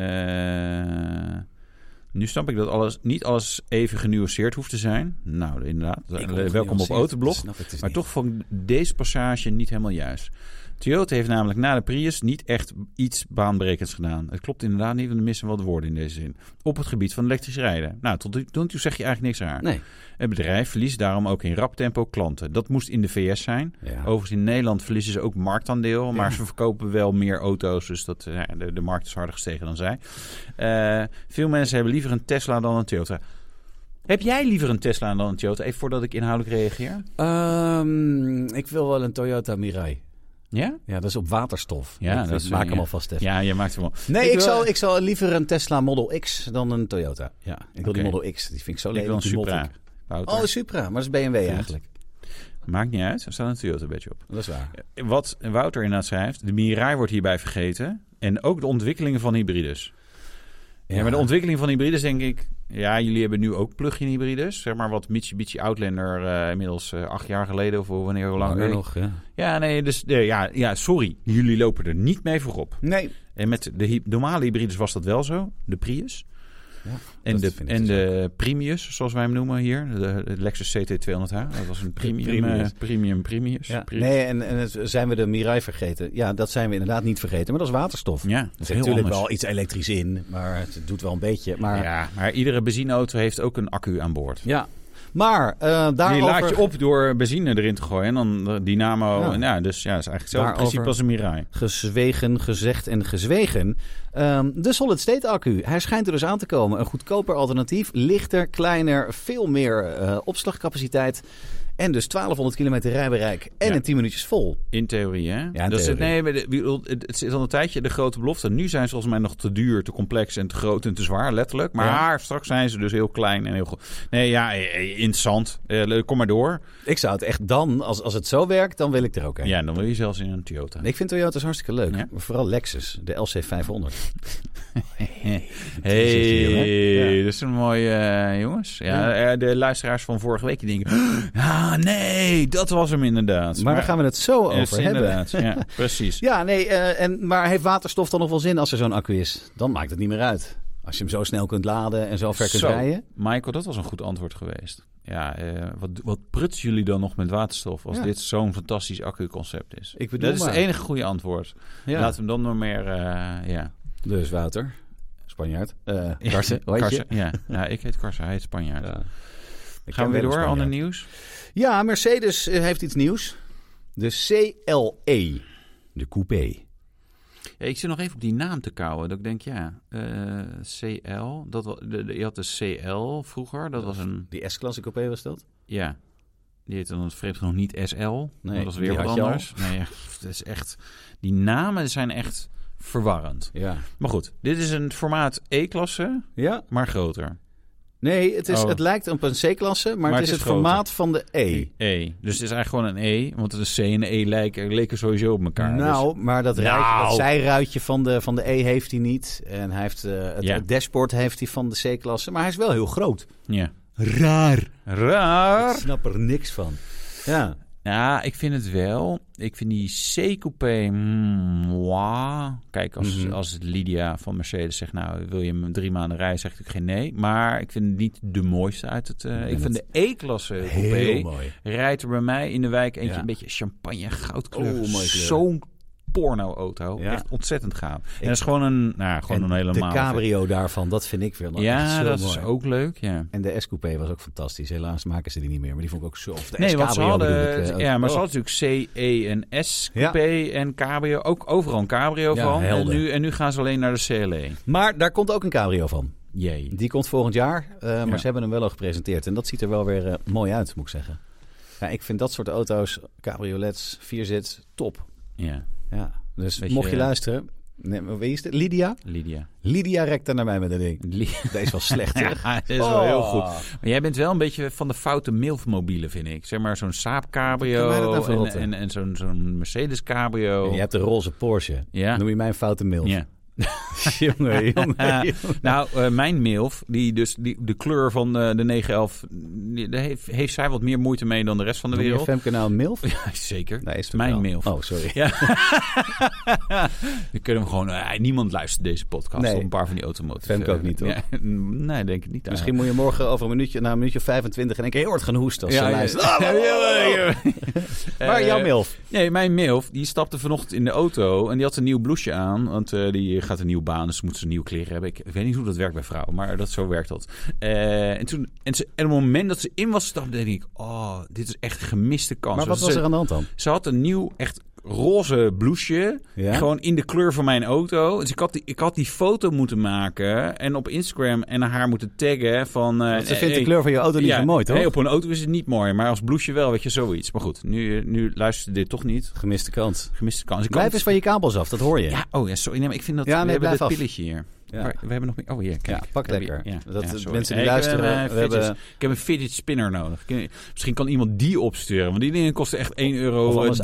S2: eh, nu snap ik dat alles, niet alles even genuanceerd hoeft te zijn. Nou, inderdaad. Welkom op Autoblog. Maar toch vond ik deze passage niet helemaal juist. Toyota heeft namelijk na de Prius niet echt iets baanbrekends gedaan. Het klopt inderdaad niet, want er missen wat woorden in deze zin. Op het gebied van elektrisch rijden. Nou, tot nu- tot nu toe zeg je eigenlijk niks raar.
S1: Nee.
S2: Het bedrijf verliest daarom ook in rap tempo klanten. Dat moest in de VS zijn.
S1: Ja.
S2: Overigens in Nederland verliezen ze ook marktaandeel. Maar ze verkopen wel meer auto's. Dus dat, eh, de, de markt is harder gestegen dan zij. Eh, veel mensen hebben liever een Tesla dan een Toyota. Heb jij liever een Tesla dan een Toyota? Even voordat ik inhoudelijk reageer.
S1: Ehm, ik wil wel een Toyota Mirai.
S2: Ja?
S1: Ja, dat is op waterstof.
S2: Ja,
S1: ik
S2: dat is-
S1: maak hem
S2: ja.
S1: alvast even.
S2: Ja, je maakt hem wel.
S1: Nee,
S2: Ik
S1: ik,
S2: wil-
S1: zal, ik zal liever een Tesla Model X dan een Toyota.
S2: Ja,
S1: Ik wil die Model X, die vind ik zo
S2: Ik
S1: lelijk.
S2: wil een
S1: die
S2: Supra.
S1: Model-
S2: Wouter.
S1: Oh, een Supra, maar dat is BMW eigenlijk.
S2: Maakt niet uit, er staat een Toyota badge op. Eh,
S1: Dat is waar.
S2: Wat Wouter inderdaad schrijft, de Mirai wordt hierbij vergeten. En ook de ontwikkelingen van hybrides. Ja, maar de ontwikkeling van hybrides denk ik... Ja, jullie hebben nu ook plug-in hybrides. Zeg maar wat Mitsubishi Outlander eh, inmiddels eh, acht jaar geleden of wanneer, hoe lang. geleden.
S1: nog. hè?
S2: Ja, nee, dus eh, ja, ja, sorry. Jullie lopen er niet mee voorop.
S1: Nee.
S2: En met de hy- normale hybrides was dat wel zo. De Prius.
S1: Ja,
S2: en
S1: dat
S2: de,
S1: vind ik
S2: en
S1: dus
S2: de Prius, zoals wij hem noemen hier. De, de Lexus CT200H. Dat was een premium, eh,
S1: Prius.
S2: premium Prius.
S1: Ja.
S2: Prius.
S1: Nee, en, en het- zijn we de Mirai vergeten? Ja, dat zijn we inderdaad niet vergeten, maar dat is waterstof.
S2: Ja, dat
S1: er
S2: is
S1: zit
S2: heel
S1: natuurlijk
S2: anders.
S1: wel iets elektrisch in, maar het doet wel een beetje. Maar, ja.
S2: Ja, maar iedere benzineauto heeft ook een accu aan boord.
S1: maar eh daarover...
S2: Die laat je op door benzine erin te gooien en dan de dynamo.
S1: Ja.
S2: En ja, dus ja, dat is eigenlijk hetzelfde
S1: Daarover-
S2: principe als een Mirai.
S1: gezwegen, gezegd en gezwegen. Ehm, de solid state accu, hij schijnt er dus aan te komen. Een goedkoper alternatief, lichter, kleiner, veel meer eh, opslagcapaciteit. En dus 1200 kilometer rijbereik en
S2: Ja.
S1: in 10 minuutjes vol.
S2: In theorie, hè?
S1: Ja, in
S2: dat is het,
S1: theorie.
S2: nee, maar de- ik bedoel, het, het is al een tijdje de grote belofte. Nu zijn ze volgens mij nog te duur, te complex en te groot en te zwaar, letterlijk. Maar straks zijn ze dus heel klein en heel goed. Nee, ja, eh, eh, interessant. Eh, leuk, kom maar door.
S1: Ik zou het echt dan, als, als het zo werkt, dan wil ik er ook een.
S2: Ja, dan wil je zelfs in een Toyota.
S1: Ik vind Toyota's hartstikke leuk.
S2: Ja.
S1: Maar Vooral Lexus, de LC500. zit
S2: Hey,
S1: hier, hè? Ja.
S2: dat is een mooie eh, jongens. Ja, eh, De luisteraars van vorige week die denken: ah, nee, dat was hem inderdaad.
S1: Maar daar gaan we het zo
S2: Eh,
S1: over hebben.
S2: inderdaad, ja, precies.
S1: Ja, nee, eh, en, maar heeft waterstof dan nog wel zin als er zo'n accu is? Dan maakt het niet meer uit. Als Als je hem zo snel kunt laden en zo ver kunt
S2: Zo,
S1: rijden.
S2: Michael, dat was een goed antwoord geweest. Ja, eh, wat, wat prutsen jullie dan nog met waterstof als
S1: Ja.
S2: dit zo'n fantastisch accu-concept is?
S1: Ik bedoel
S2: dat is
S1: maar.
S2: het enige goede antwoord.
S1: Ja.
S2: Laten we hem dan nog meer... eh, ja.
S1: Dus Wouter, Spanjaard. eh Karsen, hoe heet je?
S2: Karsen, ja. ja, ik heet Karsen, hij heet Spanjaard.
S1: Ja. Ik ken
S2: Gaan
S1: wel
S2: we weer
S1: een
S2: door, ander
S1: Spanjaard.
S2: nieuws?
S1: Ja, Mercedes eh, heeft iets nieuws. De CLE, de coupé.
S2: Ja, ik zit nog even op die naam te kouwen. Dat ik denk, ja, eh, CL. Dat, wa- de, de- je had de CL vroeger. Dat was een...
S1: Die S-klasse coupé was dat?
S2: Ja. Die heette dan vreemd genoeg niet SL. Nee, dat was weer
S1: die
S2: wat
S1: had je al.
S2: anders. Nee, ja, het is echt... Die namen zijn echt verwarrend.
S1: Ja.
S2: Maar goed, dit is een formaat E-klasse,
S1: Ja?
S2: maar groter.
S1: Nee, het, is,
S2: Oh.
S1: het lijkt op een C-klasse, maar, het is het
S2: groter.
S1: formaat van de E.
S2: E. Dus het is eigenlijk gewoon een E. Want de C en de E lijken, leken sowieso op elkaar.
S1: Nou, maar dat,
S2: Nou.
S1: ruitje, dat zijruitje van de, van de E heeft hij niet. En hij heeft, eh, het,
S2: Ja.
S1: het dashboard heeft hij van de C-klasse. Maar hij is wel heel groot.
S2: Dus, ja.
S1: Raar.
S2: Raar.
S1: Ik snap er niks van. Ja.
S2: Ja, ik vind het wel. Ik vind die C-coupé... mm, moi. Kijk, als,
S1: Mhm.
S2: als Lydia van Mercedes zegt... Nou, wil je hem drie maanden rijden? Zeg ik geen nee. Maar ik vind het niet de mooiste uit het... eh, ik
S1: vind
S2: vind de E-klasse coupé...
S1: Heel mooi.
S2: rijdt er bij mij in de wijk eentje
S1: Ja.
S2: een beetje champagne goudkleur.
S1: Oh, mooie kleur.
S2: Zo'n porno-auto.
S1: Ja.
S2: Echt ontzettend gaaf. En dat is gewoon een, nou, gewoon een
S1: En
S2: hele
S1: de
S2: maand.
S1: cabrio daarvan, dat vind ik weer.
S2: Ja,
S1: zo
S2: dat
S1: mooi.
S2: is ook leuk. Ja.
S1: En de S-coupé was ook fantastisch. Helaas maken ze die niet meer, maar die vond ik ook zo... Of de
S2: Nee, want ze
S1: S-cabrio bedoel
S2: hadden,
S1: ik, eh, ook.
S2: ja, maar ze
S1: Oh.
S2: hadden natuurlijk C, E en S, P en cabrio. Ook overal een cabrio
S1: Ja,
S2: van. En
S1: helder.
S2: nu, en nu gaan ze alleen naar de E. CLE.
S1: Maar daar komt ook een cabrio van.
S2: Jee.
S1: Die komt volgend jaar, eh, maar
S2: Ja.
S1: ze hebben hem wel al gepresenteerd. En dat ziet er wel weer eh, mooi uit, moet ik zeggen. Ja, ik vind dat soort auto's, cabriolets, vierzit, top.
S2: Ja,
S1: Ja, dus
S2: Beetje,
S1: mocht je
S2: eh,
S1: luisteren... Nee, maar wie is dit? Lydia?
S2: Lydia.
S1: Lydia rekte naar mij met dat ding.
S2: Li-
S1: Deze was slecht,
S2: Ja,
S1: zeg.
S2: Ah, dat is wel
S1: Oh.
S2: heel goed. Maar jij bent wel een beetje van de foute milfmobielen, vind ik. Zeg maar zo'n Saab
S1: Wat kan mij dat
S2: cabrio
S1: nou
S2: en,
S1: verrotten?
S2: en, en zo'n zo'n Mercedes cabrio.
S1: Oh. Je hebt de roze Porsche.
S2: Ja.
S1: Noem je mij een foute milf?
S2: Ja.
S1: jongen, jongen,
S2: Eh,
S1: jongen.
S2: nou, eh, mijn MILF, die dus die, de kleur van eh, de 911, die- daar heeft, heeft zij wat meer moeite mee dan de rest van de
S1: Noem je
S2: wereld.
S1: FM-kanaal milf?
S2: Ja, zeker.
S1: Nee, is het
S2: Mijn
S1: wel.
S2: milf.
S1: Oh, sorry.
S2: Ja. Dan kunnen we gewoon... eh, niemand luistert deze podcast
S1: Nee.
S2: op een paar van die automotive.
S1: Femke ook niet,
S2: eh,
S1: hoor.
S2: ja, nee, denk ik niet.
S1: Misschien moet je morgen over een minuutje, na een minuutje of 25 en één keer heel hard gaan hoesten als
S2: Ja,
S1: ze
S2: ja.
S1: luistert. Ah, ah, ah, ah. Maar
S2: Eh,
S1: jouw milf?
S2: Nee, mijn milf, die stapte vanochtend in de auto en die had een nieuw blouseje aan. Want eh, die gaat een nieuwe baan, dus moet ze nieuwe kleren hebben. Ik, ik weet niet hoe dat werkt bij vrouwen, maar dat, zo werkt dat. Eh, en toen, en, ze, en op het moment dat ze in was stapte, denk ik... Oh, dit is echt een gemiste kans.
S1: Maar wat
S2: Want
S1: was
S2: ze, Eh,
S1: er aan de hand dan?
S2: ze had een nieuw, echt roze blouseje.
S1: Ja?
S2: Gewoon in de kleur van mijn auto. Dus ik had, die, ik had die foto moeten maken en op Instagram en haar moeten taggen van... eh,
S1: Want ze
S2: eh,
S1: vindt de
S2: hey,
S1: kleur van je auto niet zo mooi, toch?
S2: Nee, op een auto is het niet mooi, maar als blouseje wel, weet je, zoiets. Maar goed, nu, nu luistert ze dit toch niet.
S1: Gemiste kans.
S2: Gemiste kans. Ik
S1: Blijf
S2: kan-
S1: eens van je kabels af, dat hoor je.
S2: Ja, oh ja, sorry. Nee, maar ik vind dat...
S1: Ja, nee,
S2: we hebben
S1: blijf
S2: dit
S1: af.
S2: pilletje hier.
S1: Ja.
S2: Maar we hebben nog meer... Oh, ja, kijk.
S1: Ja, pak
S2: We hebben-
S1: lekker.
S2: ja,
S1: Dat
S2: ja,
S1: de
S2: sorry.
S1: mensen die
S2: Ik heb een,
S1: luisteren,
S2: eh,
S1: we hebben-
S2: fidget- Ik heb een fidget spinner nodig. Ik- Misschien kan iemand die opsturen, want die dingen kosten echt 1 euro.
S1: Of anders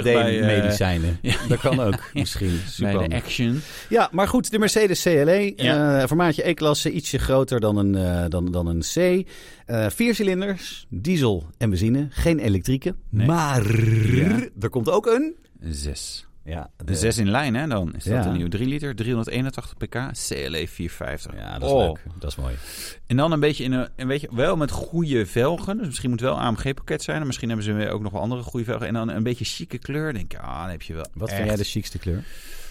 S2: bij, eh,
S1: ADHD-medicijnen. Dat kan ook, misschien.
S2: bij de
S1: handig.
S2: Action.
S1: Ja, maar goed, de Mercedes CLE.
S2: Ja.
S1: eh, formaatje E-klasse, ietsje groter dan een, eh, dan, dan een C. Eh, vier cilinders, diesel en benzine. Geen elektrieke.
S2: Nee.
S1: Maar
S2: Ja. Eh,
S1: er komt ook een...
S2: Zes.
S1: Ja,
S2: De zes in lijn, hè? Dan is dat
S1: Ja.
S2: een nieuwe 3 liter, 381 pk, CLE 450.
S1: Ja, dat is
S2: Oh.
S1: leuk. Dat is mooi.
S2: En dan een beetje in een, een beetje, wel met goede velgen. Dus misschien moet het wel AMG-pakket zijn. En misschien hebben ze ook nog wel andere goede velgen. En dan een beetje chique kleur. Denk ik, ah, dan heb je wel.
S1: Wat
S2: echt-
S1: vind jij dus- de chicste kleur?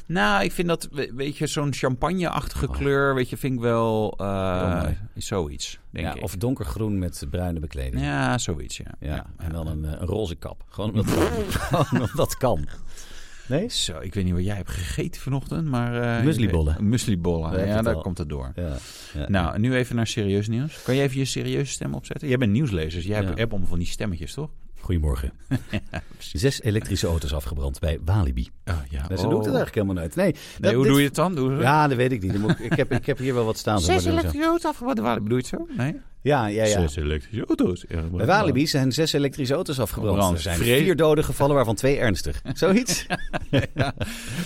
S2: Nou, ik vind dat, we- weet je, zo'n champagne-achtige
S1: Oh.
S2: kleur. Weet je, vind ik wel eh,
S1: Heel mooi.
S2: zoiets. Denk
S1: Ja,
S2: ik.
S1: of donkergroen met bruine bekleding.
S2: ja, zoiets, ja.
S1: Ja, en dan een, eh, een roze kap. Gewoon omdat, gewoon omdat dat kan. Nee?
S2: Zo, ik weet niet wat jij hebt gegeten vanochtend, maar... eh,
S1: Mueslibollen.
S2: ik weet- Mueslibollen,
S1: Daar heb je
S2: ja,
S1: het
S2: daar
S1: al.
S2: komt het door.
S1: Ja, ja.
S2: Nou, en nu even naar serieus nieuws. Kan je even je serieuze stem opzetten? Jij bent nieuwslezer, jij
S1: Ja.
S2: hebt hebt om van die stemmetjes, toch?
S1: Goedemorgen. Zes elektrische auto's afgebrand bij Walibi.
S2: Oh, ja.
S1: Nee, zo doe ik dat eigenlijk helemaal nooit. Nee,
S2: Nee,
S1: dat-
S2: hoe
S1: dit-
S2: doe je het dan? Doe
S1: Ja, dat weet ik niet. Dan moet ik, ik, heb, ik heb hier wel wat staan. zeg maar,
S2: Zes
S1: zo.
S2: elektroden afgebrand. Bedoel je het zo? Nee?
S1: Ja, ja, ja.
S2: Zes elektrische auto's. Ja,
S1: Bij
S2: maar-
S1: Walibi zijn zes elektrische auto's afgebrand.
S2: Brand.
S1: Er zijn
S2: Vre-
S1: vier doden gevallen, waarvan twee ernstig. Zoiets?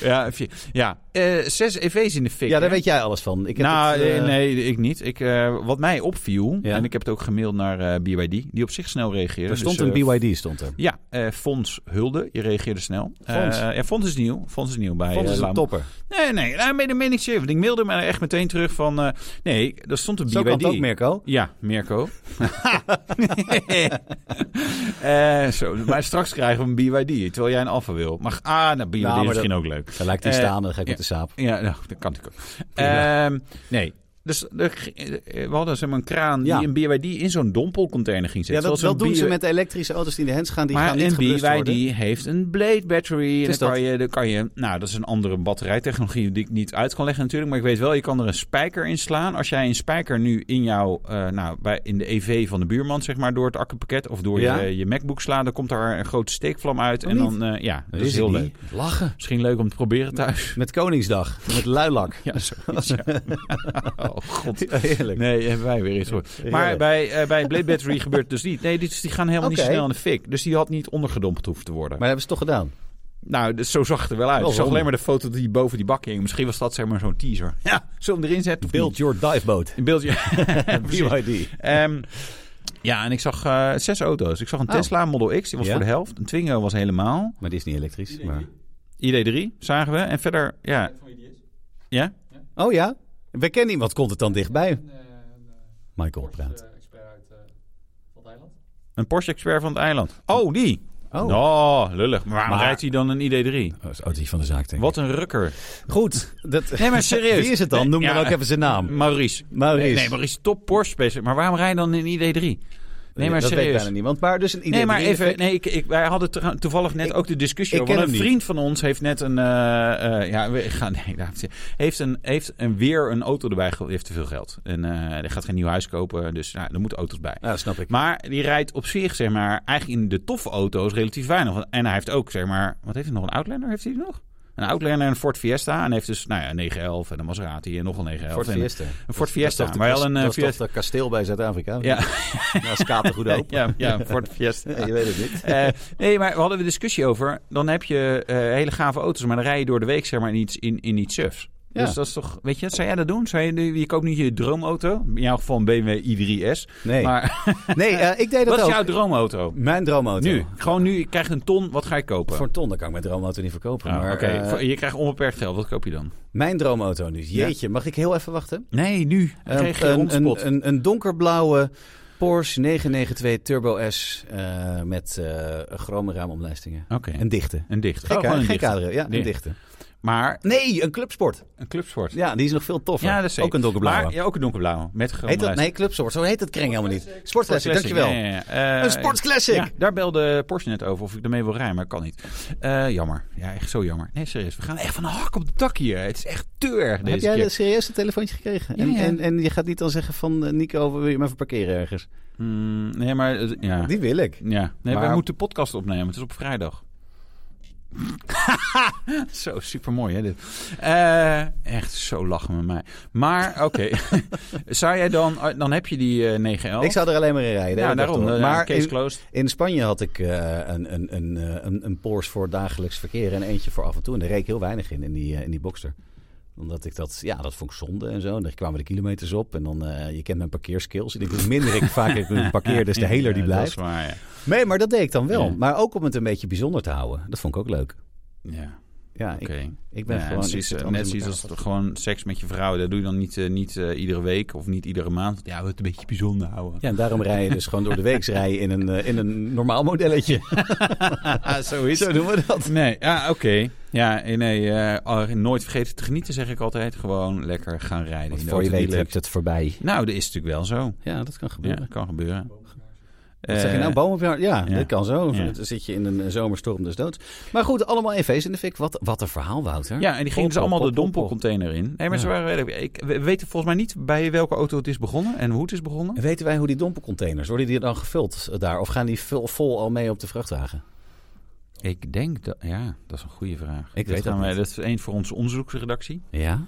S2: Ja, vier- ja. Eh, zes EV's in de fik.
S1: Ja, daar
S2: hè?
S1: weet jij alles van. Ik heb
S2: nou,
S1: het, eh,
S2: eh, nee, ik niet. Ik, eh, wat mij opviel,
S1: Ja.
S2: en ik heb het ook gemaild naar eh, BYD, die op zich snel reageerde.
S1: Er stond
S2: dus,
S1: een
S2: eh,
S1: BYD, stond er.
S2: Ja, eh, Fons Hulde, je reageerde snel.
S1: Fons.
S2: Eh, ja, Fons is nieuw. Fons is nieuw bij
S1: Vond
S2: eh,
S1: ze een
S2: Lamo.
S1: topper.
S2: Nee, nee, nou, meen, meen ik serieus. Want ik mailde hem echt meteen terug van... eh, nee, daar stond een BYD.
S1: Zo kan dat, Mirko.
S2: Ja, Mirko. Eh, zo, maar straks krijgen we een BYD, terwijl jij een Alfa wil. Maar ah, nou, BYD
S1: Nou,
S2: is
S1: maar
S2: misschien ook leuk.
S1: Dan lijkt hij
S2: Eh,
S1: staan, dan ga ik
S2: ja.
S1: met de saap.
S2: Ja, nou, dat kan natuurlijk ook.
S1: Prima.
S2: Ehm, nee. Dus er g- eh, we hadden zeg maar, een kraan
S1: Ja.
S2: die een BYD in zo'n dompelcontainer ging
S1: Ja,
S2: zetten.
S1: dat,
S2: Zoals
S1: dat
S2: een
S1: doen ze
S2: BYD
S1: met de elektrische auto's die in de hens gaan. Die
S2: maar
S1: gaan niet
S2: een
S1: geblust worden.
S2: BYD heeft een blade battery. En
S1: is
S2: dan kan
S1: dat.
S2: je, dan kan je, nou, dat is een andere batterijtechnologie die ik niet uit kan leggen natuurlijk. Maar ik weet wel, je kan er een spijker in slaan. Als jij een spijker nu in jouw, eh, nou, bij, in de EV van de buurman, zeg maar, door het accupakket of door
S1: Ja.
S2: je, je MacBook slaat, dan komt daar een grote steekvlam uit.
S1: Oh,
S2: en
S1: niet?
S2: dan, eh, ja, dat,
S1: Weet ik
S2: is heel
S1: niet.
S2: leuk.
S1: Lachen.
S2: Misschien leuk om te proberen thuis.
S1: Met Koningsdag. Met luilak.
S2: Ja, zoiets, ja. Oh, god.
S1: Heerlijk.
S2: Nee, hebben wij weer iets voor. Maar
S1: Heerlijk.
S2: bij, eh, bij Blade Battery gebeurt het dus niet. Nee, die, die gaan helemaal niet
S1: Oké.
S2: snel in de fik. Dus die had niet ondergedompeld hoeven te worden.
S1: Maar dat hebben ze toch gedaan.
S2: Nou, dus zo zag het er wel uit.
S1: Wel
S2: ik zag alleen
S1: zonde.
S2: maar de foto die boven die bak hing. Misschien was dat zeg maar zo'n teaser. Ja, zullen we hem erin zetten? of
S1: Build your diveboat.
S2: niet? Een beeldje. Precies.
S1: BYD.
S2: Ehm, ja, en ik zag eh, zes auto's. Ik zag een
S1: Oh.
S2: Tesla Model X, die was
S1: Ja.
S2: voor de helft. Een Twingo was helemaal.
S1: Maar die is niet elektrisch. Maar...
S2: ID3 zagen we. En verder, ja. Ja?
S1: Oh ja? We kennen iemand. Komt het dan dichtbij? Michael praat. Oh,
S2: Een Porsche Expert van het eiland. Oh, die.
S1: Oh.
S2: Oh, lullig. Maar waarom
S1: Maar-
S2: rijdt hij dan een ID3?
S1: Oh, dat is de auto van de zaak, denk ik.
S2: Wat een rukker.
S1: Goed. Dat...
S2: Nee, maar serieus.
S1: Wie is het dan? Noem
S2: Ja,
S1: dan ook even zijn naam.
S2: Maurice.
S1: Maurice.
S2: Nee, nee, Maurice, top Porsche special. Maar waarom rij je dan in ID3? Nee, maar
S1: dat weet
S2: serieus.
S1: bijna niemand. Maar dus een idee.
S2: Nee, maar even. Nee, ik, ik, wij hadden to- toevallig net ook de discussie
S1: ik
S2: over.
S1: ken
S2: want Een
S1: hem
S2: vriend van ons heeft net een. eh, eh, ja, we gaan. Nee, daar heeft, een, heeft een weer een auto erbij. ge- Die heeft te veel geld. En eh, hij gaat geen nieuw huis kopen. Dus nou, er moeten auto's bij.
S1: Nou, snap ik.
S2: Maar die rijdt op zich, zeg maar, eigenlijk in de toffe auto's relatief weinig. Want- En hij heeft ook, zeg maar, wat heeft hij nog? Een Outlander heeft hij nog? Een Outlander en een Ford Fiesta. En hij heeft dus, nou ja, een 911 en een Maserati en nog een 911.
S1: Ford
S2: En-
S1: Fiesta.
S2: Een Ford
S1: Dat is
S2: Fiesta.
S1: toch de
S2: Maar
S1: kas-
S2: wel een eh,
S1: dat is toch
S2: Fiesta.
S1: dat kasteel bij Zuid-Afrika.
S2: Ja,
S1: Naast Kaap de Goede Hoop.
S2: ja, ja, een Ford Fiesta.
S1: Je weet het niet.
S2: Eh, nee, maar we hadden een discussie over. Dan heb je eh, hele gave auto's, maar dan rij je door de week zeg maar in iets, in, in iets sufs.
S1: Ja.
S2: Dus dat is toch, weet je, zou jij dat doen? Zou je, nu- je koopt niet je droomauto, in jouw geval een BMW i3S.
S1: Nee,
S2: Maar
S1: nee eh, ik deed dat
S2: wat is
S1: ook.
S2: jouw droomauto?
S1: Mijn droomauto.
S2: Nu, gewoon nu, je krijgt een ton, wat ga je kopen?
S1: Voor een ton, dan kan ik mijn droomauto niet verkopen.
S2: Ah,
S1: maar,
S2: Oké,
S1: eh,
S2: Voor- je krijgt onbeperkt geld, wat koop je dan?
S1: mijn droomauto nu. Jeetje, mag ik heel even wachten?
S2: Nee, nu. Dan krijg je
S1: Ehm, een,
S2: een,
S1: een, een, een donkerblauwe Porsche 992 Turbo S eh, met eh chrome raamomlijstingen.
S2: Oké,
S1: En dichte.
S2: een dicht.
S1: Gek,
S2: Oh, gewoon
S1: hè?
S2: een
S1: Gek
S2: dicht.
S1: aderen. Ja, een
S2: Dicht.
S1: dichte.
S2: Maar
S1: Nee, een clubsport.
S2: een clubsport.
S1: Ja, die is nog veel toffer.
S2: Ja, dat is
S1: Ook een donkerblauwe.
S2: Maar, ja, ook een donkerblauwe. Met
S1: heet dat?
S2: chrome
S1: Nee, clubsport. Zo heet het kring helemaal niet. Sportclassic,
S2: Classic,
S1: dankjewel.
S2: ja, ja, ja. Eh,
S1: Een sportsclassic.
S2: Ja, daar belde Porsche net over of ik ermee wil rijden, maar kan niet. Eh, jammer. Ja, echt zo jammer. Nee, serieus. We gaan echt van de hak op de dak hier. Het is echt te erg
S1: Heb
S2: deze
S1: jij dus-
S2: keer.
S1: een serieus een telefoontje gekregen?
S2: Ja,
S1: en,
S2: ja.
S1: En, en je gaat niet dan zeggen van eh, Nico, wil je me even parkeren ergens?
S2: Mm, nee, maar... eh, Ja.
S1: Die wil ik.
S2: ja. Nee,
S1: Maar-
S2: wij moeten de podcast opnemen. Het is op vrijdag. zo, supermooi hè dit. Eh, echt, zo lachen met mij. Maar, oké. Zou jij dan... Dan heb je die eh 911.
S1: Ik zou er alleen maar in rijden.
S2: Ja,
S1: dat
S2: daarom. eh,
S1: dacht ik.
S2: maar
S1: Maar
S2: case
S1: in,
S2: closed.
S1: in Spanje had ik eh, een, een, een, eh, een, een Porsche voor dagelijks verkeer en eentje voor af en toe. En daar reed ik heel weinig in, in die, eh, in die Boxster. Omdat ik dat, ja, dat vond ik zonde en zo. En dan kwamen de kilometers op. En dan, eh, je kent mijn parkeerskills. Ik denk, hoe minder ik vaker kan parkeer, dus de heler die
S2: Ja, dat
S1: blijft.
S2: is waar, ja.
S1: Nee, maar dat deed ik dan wel.
S2: Ja.
S1: Maar ook om het een beetje bijzonder te houden. Dat vond ik ook leuk.
S2: ja.
S1: Ja,
S2: Oké.
S1: ik, ik ben
S2: Ja,
S1: gewoon...
S2: precies,
S1: ik zit
S2: eh,
S1: anders
S2: net
S1: in
S2: zoiets als
S1: elkaar.
S2: het gewoon seks met je vrouw. Dat doe je dan niet, eh, niet eh, iedere week of niet iedere maand. Ja, we het een beetje bijzonder houden.
S1: Ja, en daarom rij je dus gewoon door de week rij je in, een, eh, in een normaal modelletje.
S2: zo is
S1: Zo doen we dat.
S2: Nee, ja, oké. Ja, eh, nee, eh, al- nooit vergeten te genieten, zeg ik altijd. Gewoon lekker gaan rijden.
S1: Want
S2: in de
S1: voor je
S2: auto die
S1: weet
S2: leuk
S1: heb je het voorbij.
S2: is. Nou, dat is natuurlijk wel zo.
S1: Ja, dat kan
S2: Ja,
S1: gebeuren.
S2: dat kan gebeuren.
S1: Wat zeg je
S2: Eh,
S1: nou, boom op je hart? Ja,
S2: ja.
S1: dat kan zo.
S2: Ja.
S1: Dan zit je in een eh, zomerstorm dus dood. Maar goed, allemaal EV's in de fik. Wat, wat een verhaal, Wouter.
S2: Ja, en die gingen
S1: Op,
S2: dus allemaal
S1: op,
S2: de
S1: op, op, op.
S2: dompelcontainer in. Nee, maar ze
S1: Ja.
S2: waren... Ik, we weten volgens mij niet bij welke auto het is begonnen en hoe het is begonnen.
S1: En Weten wij hoe die dompelcontainers, worden die dan gevuld eh, daar? Of gaan die vol, vol al mee op de vrachtwagen?
S2: Ik denk dat... Ja, dat is een goede vraag.
S1: weet
S2: dat
S1: dat
S2: gaan wij-
S1: niet.
S2: Dat is één voor onze onderzoeksredactie.
S1: Ja?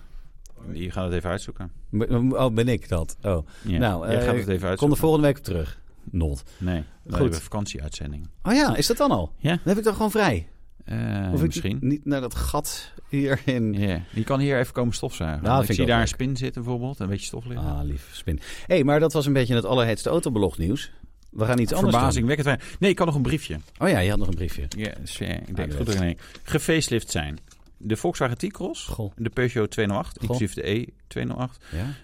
S2: Die gaan het even uitzoeken.
S1: Ben- Oh, ben ik dat? Oh.
S2: Ja.
S1: Nou,
S2: Jij
S1: eh,
S2: gaat het even
S1: Kom er
S2: uitzoeken.
S1: volgende week op terug. Not.
S2: Nee, we
S1: Goed.
S2: hebben vakantieuitzending.
S1: Oh ja, is dat dan al?
S2: Ja.
S1: Dan heb ik dan gewoon vrij.
S2: Eh,
S1: Of ik
S2: misschien.
S1: niet naar dat gat hierin.
S2: Ja, Je kan hier even komen stofzuigen.
S1: Nou,
S2: Want
S1: vind
S2: ik
S1: ik
S2: zie
S1: ook
S2: daar een
S1: leuk.
S2: spin zitten bijvoorbeeld. Een beetje stof liggen.
S1: Ah, lief spin. Hé, hey, maar dat was een beetje het allerheetste autoblognieuws. We gaan iets anders
S2: Verbazingwekkend. weinig. Nee, ik had nog een briefje.
S1: doen. Oh ja, je had nog een briefje.
S2: Ja, dus, eh, ik denk
S1: Ah,
S2: het goed.
S1: leuk.
S2: Nee. Gefacelift zijn. De Volkswagen T-Cross.
S1: Goh.
S2: De Peugeot 208, inclusief de E E208.
S1: Ja?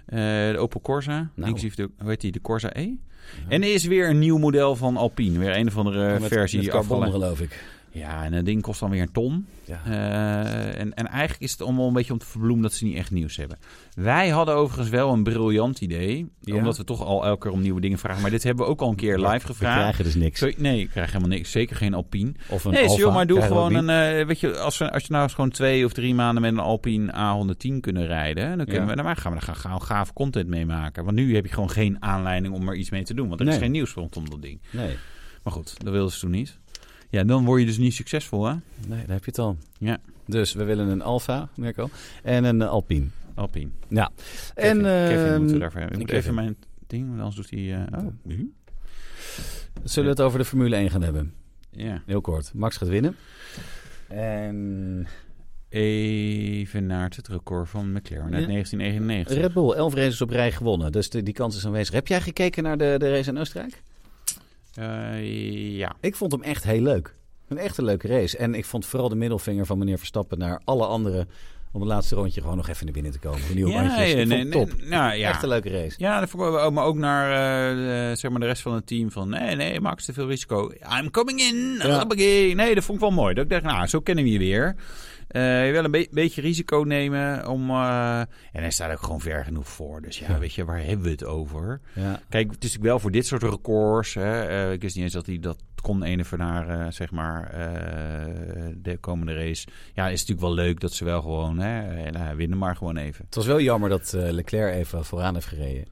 S2: eh, de Opel Corsa, inclusief de, hoe heet die, de Corsa E.
S1: Nou. Ja.
S2: En er is weer een nieuw model van Alpine. Weer een of andere
S1: Met-
S2: Eh, versie.
S1: met carbon,
S2: afvallen.
S1: geloof ik.
S2: Ja, en dat ding kost dan weer een ton.
S1: Ja.
S2: Eh, en, en eigenlijk is het allemaal een beetje om te verbloemen dat ze niet echt nieuws hebben. Wij hadden overigens wel een briljant idee.
S1: Ja?
S2: Omdat we toch al elke keer om nieuwe dingen vragen. Maar dit hebben we ook al een keer live
S1: We
S2: gevraagd.
S1: krijgen dus niks.
S2: Sorry, nee, ik krijg helemaal niks. Zeker geen Alpine.
S1: Of een
S2: Nee,
S1: Alfa
S2: joh, maar doe
S1: krijgen we ook
S2: gewoon een... eh, weet je, als, we, als je nou eens gewoon twee of drie maanden met een Alpine A110 kunnen rijden... dan kunnen
S1: Ja.
S2: we, dan maar gaan we er gaan, gaan gaaf content mee maken. Want nu heb je gewoon geen aanleiding om er iets mee te doen. Want er is
S1: Nee.
S2: geen nieuws rondom dat ding.
S1: niet. Nee.
S2: Maar goed, dat wilden ze toen niet. Ja, dan word je dus niet succesvol, hè?
S1: nee, daar heb je het al.
S2: Ja.
S1: Dus we willen een Alfa, Mirko. En een eh, Alpine.
S2: Alpine.
S1: Ja.
S2: Kevin,
S1: en
S2: Kevin
S1: ehm,
S2: moeten we daarvoor hebben. Ik moet
S1: Kevin.
S2: even mijn ding, want anders doet hij... eh, oh.
S1: Hm? zullen we het over de Formule 1 gaan hebben?
S2: Ja.
S1: Heel kort. Max gaat winnen. En
S2: Even naar het record van McLaren uit
S1: Ja.
S2: 1999.
S1: Red Bull, 11 races op rij gewonnen. Dus de- die kans is aanwezig. Heb jij gekeken naar de, de race in Oostenrijk?
S2: Eh, ja.
S1: Ik vond hem echt heel leuk. Een echt een leuke race. En ik vond vooral de middelvinger van meneer Verstappen naar alle anderen... om het laatste rondje gewoon nog even naar binnen te komen. De nieuwe bandjes. Ik vond het top.
S2: nou, ja.
S1: Echt een leuke race.
S2: Ja, dat vond ik wel- maar ook naar eh, de- zeg maar de rest van het team van nee, nee, Max, te veel risico. I'm coming in.
S1: Ja.
S2: Hoppakee. Nee, dat vond ik wel mooi. Dat ik dacht, nou, zo kennen we je weer. Eh, wel een be- beetje risico nemen om. eh, en hij staat ook gewoon ver genoeg voor. Dus ja,
S1: Ja.
S2: weet je, waar hebben we het over?
S1: Ja.
S2: Kijk, het is natuurlijk wel voor dit soort records. Hè. eh, ik wist niet eens dat hij dat kon ene van haar, eh, zeg maar, eh, de komende race. Ja, is het natuurlijk wel leuk dat ze wel gewoon, hè, eh, nou, winnen maar gewoon even.
S1: Het was wel jammer dat eh, Leclerc even vooraan heeft gereden.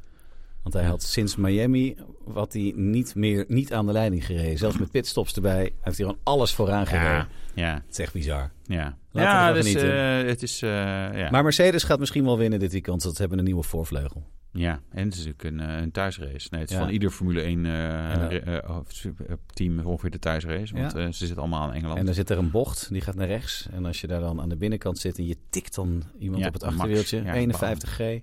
S1: Want hij had sinds Miami wat hij niet meer niet aan de leiding gereden. Zelfs met pitstops erbij. Hij heeft hier gewoon alles vooraan gereden.
S2: Ja, ja.
S1: Het is echt bizar.
S2: Ja,
S1: Laten we
S2: ja
S1: ervan
S2: dus
S1: genieten.
S2: eh, het is... eh, ja.
S1: Maar Mercedes gaat misschien wel winnen dit weekend. want Ze hebben een nieuwe voorvleugel.
S2: ja, en het is natuurlijk een, eh, een thuisrace. Nee, het is
S1: Ja.
S2: van ieder Formule 1 eh,
S1: dan-
S2: re- eh, of super- eh, team ongeveer de thuisrace. Want
S1: Ja.
S2: eh, ze zitten allemaal in Engeland.
S1: En dan zit er een bocht, die gaat naar rechts. En als je daar dan aan de binnenkant zit en je tikt dan iemand
S2: Ja,
S1: op het
S2: max.
S1: achterwieltje,
S2: Ja,
S1: 51G.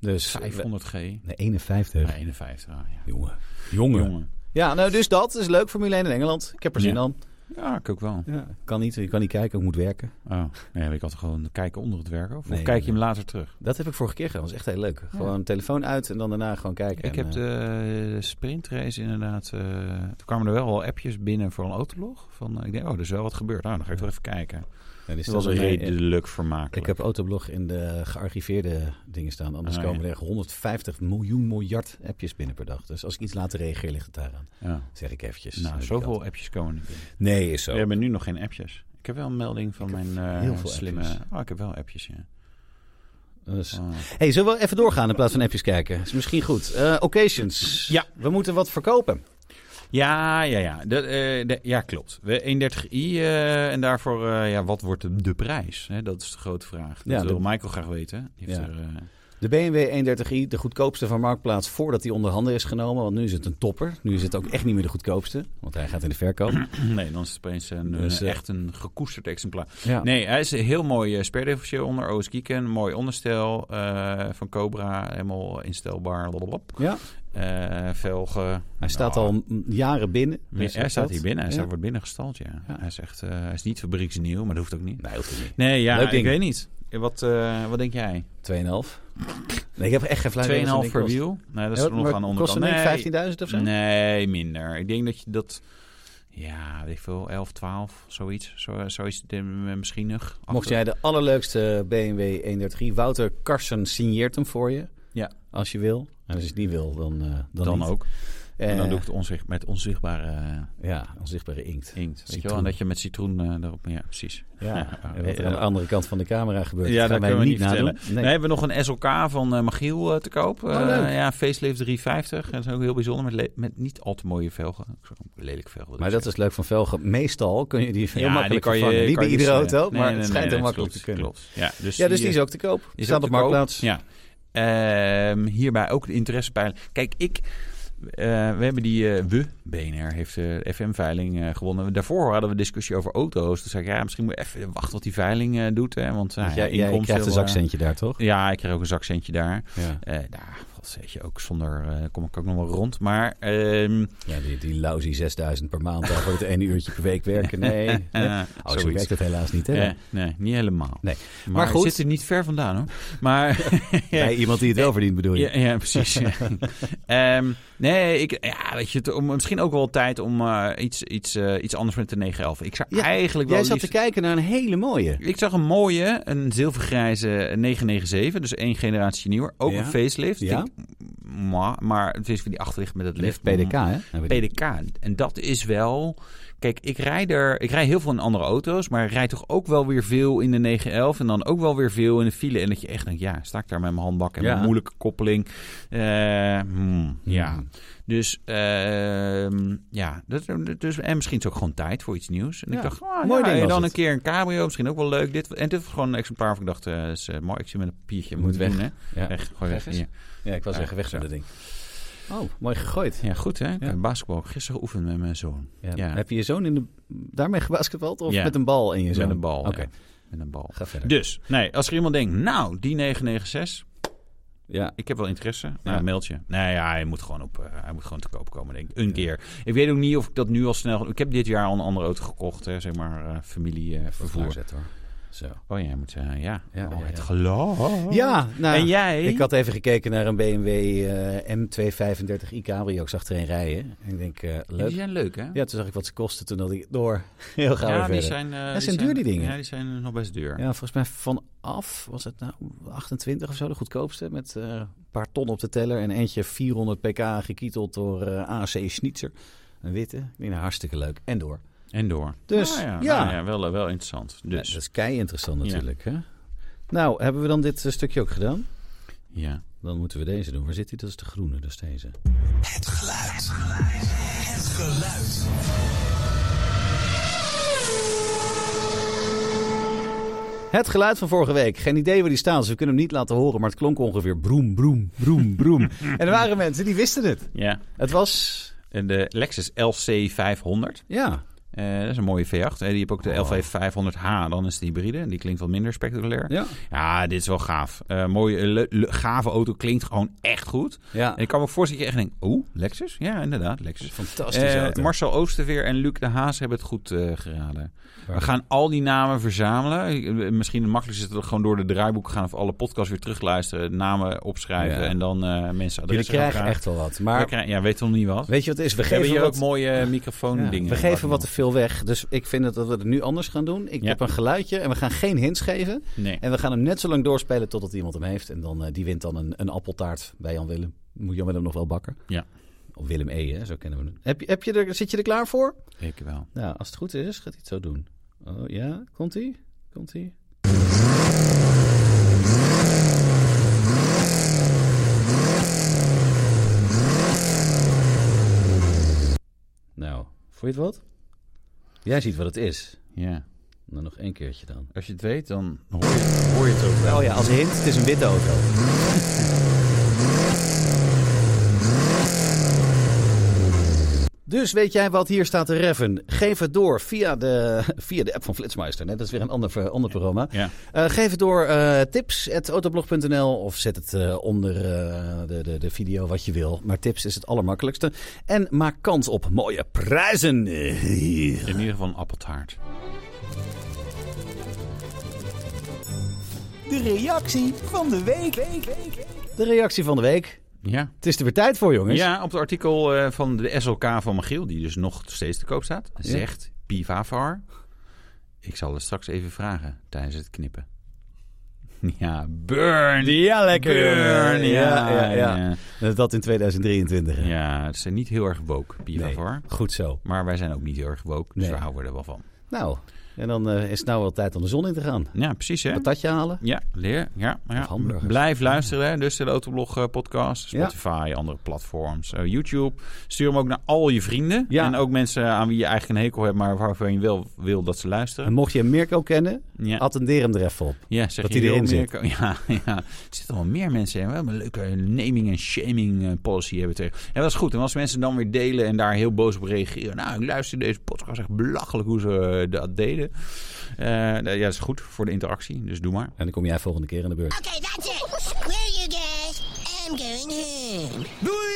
S1: Dus
S2: 500G.
S1: Nee, 51.
S2: Ja, 51, ah, ja.
S1: Jongen. Jongen.
S2: Jongen.
S1: Ja, nou dus dat is leuk, Formule 1 in Engeland. Ik heb er zin
S2: Ja.
S1: aan.
S2: Ja, ik ook wel.
S1: Ja, kan niet, je kan niet kijken, ik moet werken.
S2: Oh, nee, ik had gewoon kijken onder het werk. Of,
S1: Nee,
S2: of kijk je
S1: nee.
S2: hem later terug?
S1: Dat heb ik vorige keer gedaan, was echt heel leuk. Gewoon telefoon uit en dan daarna gewoon kijken.
S2: Ik
S1: En,
S2: heb
S1: eh,
S2: de eh, sprintrace inderdaad... eh, toen kwamen er wel al appjes binnen voor een autolog. Van, eh, ik denk, oh, er is wel wat gebeurd. Nou, dan ga ik wel even kijken.
S1: ja, die
S2: Het was
S1: staat er mee.
S2: redelijk vermakelijk.
S1: Ik heb Autoblog in de gearchiveerde dingen staan. Anders
S2: Ah,
S1: komen
S2: ja.
S1: er 150 miljoen miljard appjes binnen per dag. Dus als ik iets later reageer, ligt het daaraan.
S2: Ja.
S1: Zeg ik eventjes.
S2: Nou,
S1: Heb ik
S2: zoveel
S1: altijd.
S2: appjes komen niet binnen.
S1: Nee, is zo.
S2: We hebben nu nog geen appjes. Ik heb wel een melding van mijn eh,
S1: heel veel
S2: slimme...
S1: appjes.
S2: Oh, ik heb wel appjes, ja.
S1: Dus-
S2: Oh.
S1: Hey, zullen we even doorgaan in plaats van appjes kijken? Is misschien goed. Eh, occasions.
S2: Ja.
S1: We moeten wat verkopen.
S2: Ja, ja, ja. Dat, eh, de- ja, klopt. We 31i eh, en daarvoor... eh, ja, wat wordt de, de prijs? Hè, dat is de grote vraag. Dat
S1: Ja,
S2: wil
S1: de-
S2: Michael graag weten. Die heeft
S1: Ja.
S2: er, eh,
S1: De BMW 31i, de goedkoopste van Marktplaats voordat hij onder handen is genomen. Want nu is het een topper. Nu is het ook echt niet meer de goedkoopste. Want hij gaat in de verkoop.
S2: nee, dan is het opeens een,
S1: Dus,
S2: een-
S1: eh,
S2: echt een gekoesterd exemplaar.
S1: Ja.
S2: Nee, hij is een heel mooi uh, sperdefficieel onder OS Geeken. Mooi onderstel eh, van Cobra. Helemaal instelbaar. blablabla.
S1: Ja.
S2: Eh, velgen.
S1: Hij staat
S2: Nou,
S1: al m- jaren binnen.
S2: Ja,
S1: Dus
S2: hij
S1: dat-
S2: staat hier binnen. Hij staat-
S1: Ja.
S2: wordt binnengestald, ja.
S1: Ja.
S2: Hij is echt... eh, hij is niet fabrieksnieuw, maar dat hoeft ook niet.
S1: Nee, hoeft het niet.
S2: Nee, ja,
S1: Leuk
S2: ik
S1: ding.
S2: weet niet. Wat, eh, wat denk jij?
S1: 2,5. Nee, ik heb echt geen flauw
S2: 2,5
S1: idee wat zo'n ding
S2: per
S1: kost.
S2: wiel? Nee, dat is
S1: Ja,
S2: er nog
S1: maar
S2: aan de
S1: kost
S2: onderkant.
S1: een ding 15.000 of zo?
S2: nee, minder. Ik denk dat je dat... Ja, weet ik veel, 11, 12, zoiets. Zo, zoiets eh, misschien nog.
S1: Mocht jij de allerleukste BMW 31i, Wouter Karsen signeert hem voor je.
S2: Ja.
S1: als je wil. En als je het niet wil, dan, eh, dan,
S2: Dan
S1: niet.
S2: ook. En dan
S1: Eh,
S2: doe ik het onzicht, met onzichtbare eh,
S1: Ja, onzichtbare inkt.
S2: inkt. Weet je wel?
S1: Citroen.
S2: En dat je met citroen eh, erop... Ja, precies.
S1: Ja, oh,
S2: Ja,
S1: en wat er
S2: eh,
S1: aan de andere kant van de camera gebeurt,
S2: Ja,
S1: dat gaan
S2: dat
S1: wij
S2: kunnen we
S1: niet
S2: niet
S1: nadoen.
S2: Nee.
S1: Nee.
S2: hebben we nog een SLK van eh Magiel eh, te koop. Eh,
S1: Oh, leuk.
S2: ja, facelift 350. Dat is ook heel bijzonder met, le- met niet al te mooie velgen. Ik zou ook Lelijk velgen. wil ik
S1: Maar dat
S2: zeggen.
S1: is leuk van Velgen. Meestal kun je die heel
S2: Ja,
S1: makkelijk
S2: die kan je,
S1: vervangen. Niet
S2: kan
S1: bij
S2: je
S1: iedere
S2: snijden.
S1: auto,
S2: Nee,
S1: maar
S2: nee,
S1: het
S2: nee,
S1: schijnt
S2: nee,
S1: heel makkelijk
S2: klopt,
S1: te kunnen.
S2: Klopt. Ja, dus,
S1: Ja, dus die is ook te koop.
S2: is
S1: Staat
S2: ook
S1: op
S2: te koop.
S1: Marktplaats.
S2: Ja. Ehm, hierbij ook de interessepeiling. Kijk, ik... eh, we hebben die... eh, we, BNR, heeft de FM-veiling eh, gewonnen. Daarvoor hadden we discussie over auto's. Toen zei ik, ja, misschien moet je even wachten wat die veiling eh, doet. Hè, want nou,
S1: Want jij,
S2: ja,
S1: jij
S2: inkomsten,
S1: krijgt een
S2: eh,
S1: zakcentje daar, toch?
S2: Ja, ik kreeg ook een zakcentje daar.
S1: Ja,
S2: Eh nou, wat weet je, ook zonder eh, kom ik ook nog wel rond. Maar ehm
S1: die, die lousy 6000 per maand daar voor het ene uurtje per week werken. Nee,
S2: eh,
S1: nee. Oh, zo
S2: zoiets.
S1: werkt het helaas niet, hè?
S2: Eh, nee, niet helemaal.
S1: Nee.
S2: Maar,
S1: Maar goed.
S2: goed. zit er niet ver vandaan hoor. Maar
S1: Bij iemand die het wel verdient, bedoel je?
S2: Eh, ja, ja, precies. Ehm, nee, ik, ja, weet je, het- om, misschien ook wel tijd om eh, iets, iets, eh, iets anders met de 911. Ik zou
S1: Ja,
S2: eigenlijk wel
S1: Jij zat
S2: liefst-
S1: te kijken naar een hele mooie.
S2: Ik zag een mooie, een zilvergrijze eh, 997, dus één generatie nieuwer. Ook
S1: Ja.
S2: een facelift.
S1: Ja.
S2: Vind ik, mwah, maar het is weer die achterlicht met het
S1: Lift
S2: lift.
S1: PDK, hè?
S2: PDK. En dat is wel. Kijk, ik rijd er. Ik rijd heel veel in andere auto's, maar ik rijd toch ook wel weer veel in de 911 en dan ook wel weer veel in de file. En dat je echt denkt, ja, sta ik daar met mijn handbak en
S1: Ja.
S2: mijn moeilijke koppeling. Eh, hmm, ja. Dus ehm, ja, dat, dus, en misschien is het ook gewoon tijd voor iets nieuws. En
S1: Ja.
S2: ik dacht, ah,
S1: Mooi
S2: ja,
S1: ding
S2: en
S1: was
S2: dan
S1: het.
S2: een keer een cabrio, misschien ook wel leuk. Dit, en dit was gewoon een exemplaar van ik dacht, eh, is eh, mooi. Ik zie met een papiertje.
S1: Moet
S2: Moet weg,
S1: weg.
S2: hè?
S1: Ja.
S2: Weg, gooi weg.
S1: Weg is-
S2: Ja.
S1: Ja, ik was
S2: Ja,
S1: zeggen, weg
S2: zo.
S1: met dat ding. Oh, mooi gegooid.
S2: ja, goed hè? Ik
S1: Ja.
S2: heb basketbal gisteren geoefend met mijn zoon.
S1: Ja.
S2: Ja.
S1: Heb je je zoon in de, daarmee gebasketbald of
S2: Ja.
S1: met een bal in je zoon?
S2: Met een bal.
S1: Oké,
S2: ja. Met een bal.
S1: ga verder.
S2: Dus, nee, als er iemand denkt, nou, die 996,
S1: Ja.
S2: ik heb wel interesse. Nou,
S1: Ja.
S2: meld je. Nee, ja, hij moet gewoon op, eh, hij moet gewoon te koop komen, denk ik. Een keer. Ik weet ook niet of ik dat nu al snel... Ik heb dit jaar al een andere auto gekocht, hè, zeg maar, eh familievervoer.
S1: Voorzet hoor. Zo.
S2: oh, jij moet, eh, ja.
S1: Ja,
S2: oh,
S1: ja,
S2: het
S1: ja.
S2: geloof.
S1: Ja, nou,
S2: en jij?
S1: ik had even gekeken naar een BMW eh, M235i Cabrio. Ik zag er een rijden. En ik denk, eh,
S2: Die
S1: leuk.
S2: zijn leuk, hè?
S1: Ja, toen zag ik wat ze kosten. Toen had ik het door. Heel gauw
S2: Ja,
S1: weer
S2: die
S1: verder.
S2: zijn... eh,
S1: zijn duur, die dingen.
S2: Ja, die zijn eh, nog best duur.
S1: Ja, volgens mij vanaf, was het nou 28 of zo, de goedkoopste. Met eh, een paar ton op de teller en eentje 400 pk gekieteld door eh, AC Schnitzer. Een witte. Ik denk, nou, hartstikke leuk. En door.
S2: En door.
S1: Dus,
S2: Ah, ja,
S1: ja.
S2: nou ja, wel, wel interessant.
S1: Ja,
S2: Dus,
S1: dat is kei interessant
S2: Ja.
S1: natuurlijk. Hè? Nou, hebben we dan dit eh, stukje ook gedaan?
S2: ja.
S1: Dan moeten we deze doen. Waar zit die? Dat is de groene, dat is deze.
S3: Het geluid. Het geluid.
S1: Het geluid van vorige week. Geen idee waar die staan. Dus we kunnen hem niet laten horen. Maar het klonk ongeveer broem, broem, broem, broem. en er waren mensen die wisten het.
S2: Ja.
S1: Het was...
S2: En de Lexus LC 500.
S1: Ja,
S2: Eh, dat is een mooie V8. Eh, die heb ook de
S1: Oh.
S2: LV500H. Dan is het hybride. En die klinkt wat minder spectaculair. Ja,
S1: ja.
S2: dit is wel gaaf. Eh mooie, eh, le- le- gave auto. Klinkt gewoon echt goed.
S1: ja.
S2: En ik kan me ook voorstellen dat je echt denkt... Oeh, Lexus? Ja, inderdaad, Lexus.
S1: Fantastisch.
S2: Eh,
S1: auto.
S2: Marcel Oosterveer en Luc de Haas hebben het goed eh, geraden.
S1: Waar-
S2: We gaan al die namen verzamelen. Eh, Misschien het makkelijkste is dat we gewoon door de draaiboeken gaan... of alle podcasts weer terugluisteren, namen opschrijven...
S1: Ja.
S2: en dan eh mensen
S1: Jullie
S2: adressen
S1: krijgen
S2: gaan vragen.
S1: echt wel wat.
S2: We
S1: Maar
S2: krijgen- Ja, weet toch niet wat?
S1: weet je wat het is? We
S2: We hebben
S1: geven
S2: hier
S1: wat,
S2: ook mooie microfoon
S1: ja,
S2: dingen.
S1: we geven wat te veel weg. Dus ik vind het dat we het nu anders gaan doen. Ik
S2: Ja.
S1: heb een geluidje en we gaan geen hints geven.
S2: Nee.
S1: En we gaan hem net zo lang doorspelen totdat iemand hem heeft. En dan, eh, die wint dan een, een appeltaart bij Jan Willem. Moet Jan Willem nog wel bakken?
S2: Ja.
S1: Of Willem E, hè? zo kennen we hem. Heb, je- heb je er, zit je er klaar voor?
S2: Ik wel.
S1: Nou, als het goed is, gaat hij het zo doen. Oh ja, komt ie? Komt ie? Nou, vond je het wat? Jij ziet wat het is.
S2: Ja.
S1: Nou, nog één keertje dan.
S2: Als je het weet, dan hoor je, hoor je het ook wel.
S1: Oh ja, als hint, het is een witte auto. Dus weet jij wat hier staat te reffen? Geef het door via de, via de app van Flitsmeister. Net, dat is weer een ander, ander programma.
S2: Ja.
S1: Eh, geef het door eh tips.autoblog.nl of zet het eh, onder eh, de, de, de video wat je wil. Maar tips is het allermakkelijkste. En maak kans op mooie prijzen.
S2: In ieder geval een appeltaart.
S3: De reactie van de week.
S1: De reactie van de week.
S2: Ja.
S1: Het is er weer tijd voor, jongens.
S2: Ja, op het artikel eh, van de SLK van Magiel, die dus nog steeds te koop staat, zegt Pivavar. Ik zal het straks even vragen tijdens het knippen. Ja, burn.
S1: Ja,
S2: Burn,
S1: Ja, ja, ja.
S2: ja.
S1: Dat in 2023. hè?
S2: Ja, het zijn niet heel erg woke, Pira,
S1: Nee.
S2: hoor.
S1: Goed zo.
S2: Maar wij zijn ook niet heel erg woke, dus
S1: Nee.
S2: we houden er wel van.
S1: Nou, en dan eh, is het nou wel tijd om de zon in te gaan.
S2: Ja, precies, hè?
S1: Patatje halen.
S2: Ja, leer. Ja, ja.
S1: Of hamburgers.
S2: Blijf luisteren, hè. dus de Autoblog eh, podcast, Spotify, andere platforms, eh, YouTube. Stuur hem ook naar al je vrienden.
S1: Ja.
S2: En ook mensen aan wie je eigenlijk een hekel hebt, maar waarvan je wel wil dat ze luisteren.
S1: En mocht je Mirko kennen,
S2: Ja.
S1: attendeer hem er even op.
S2: Ja, zeg
S1: Dat
S2: je
S1: die
S2: wil
S1: erin
S2: meer ko- Ja, ja, er zitten wel meer mensen in. We hebben een leuke naming en shaming eh, policy hebben we tegen. En dat is goed. En als mensen dan weer delen en daar heel boos op reageren. Nou, ik luister deze podcast echt belachelijk hoe ze eh, dat deden. Eh, nou, ja, dat is goed voor de interactie. Dus doe maar.
S1: En dan kom jij volgende keer aan de beurt.
S4: Okay, that's it. Where you guys? I'm going home.
S3: Doei!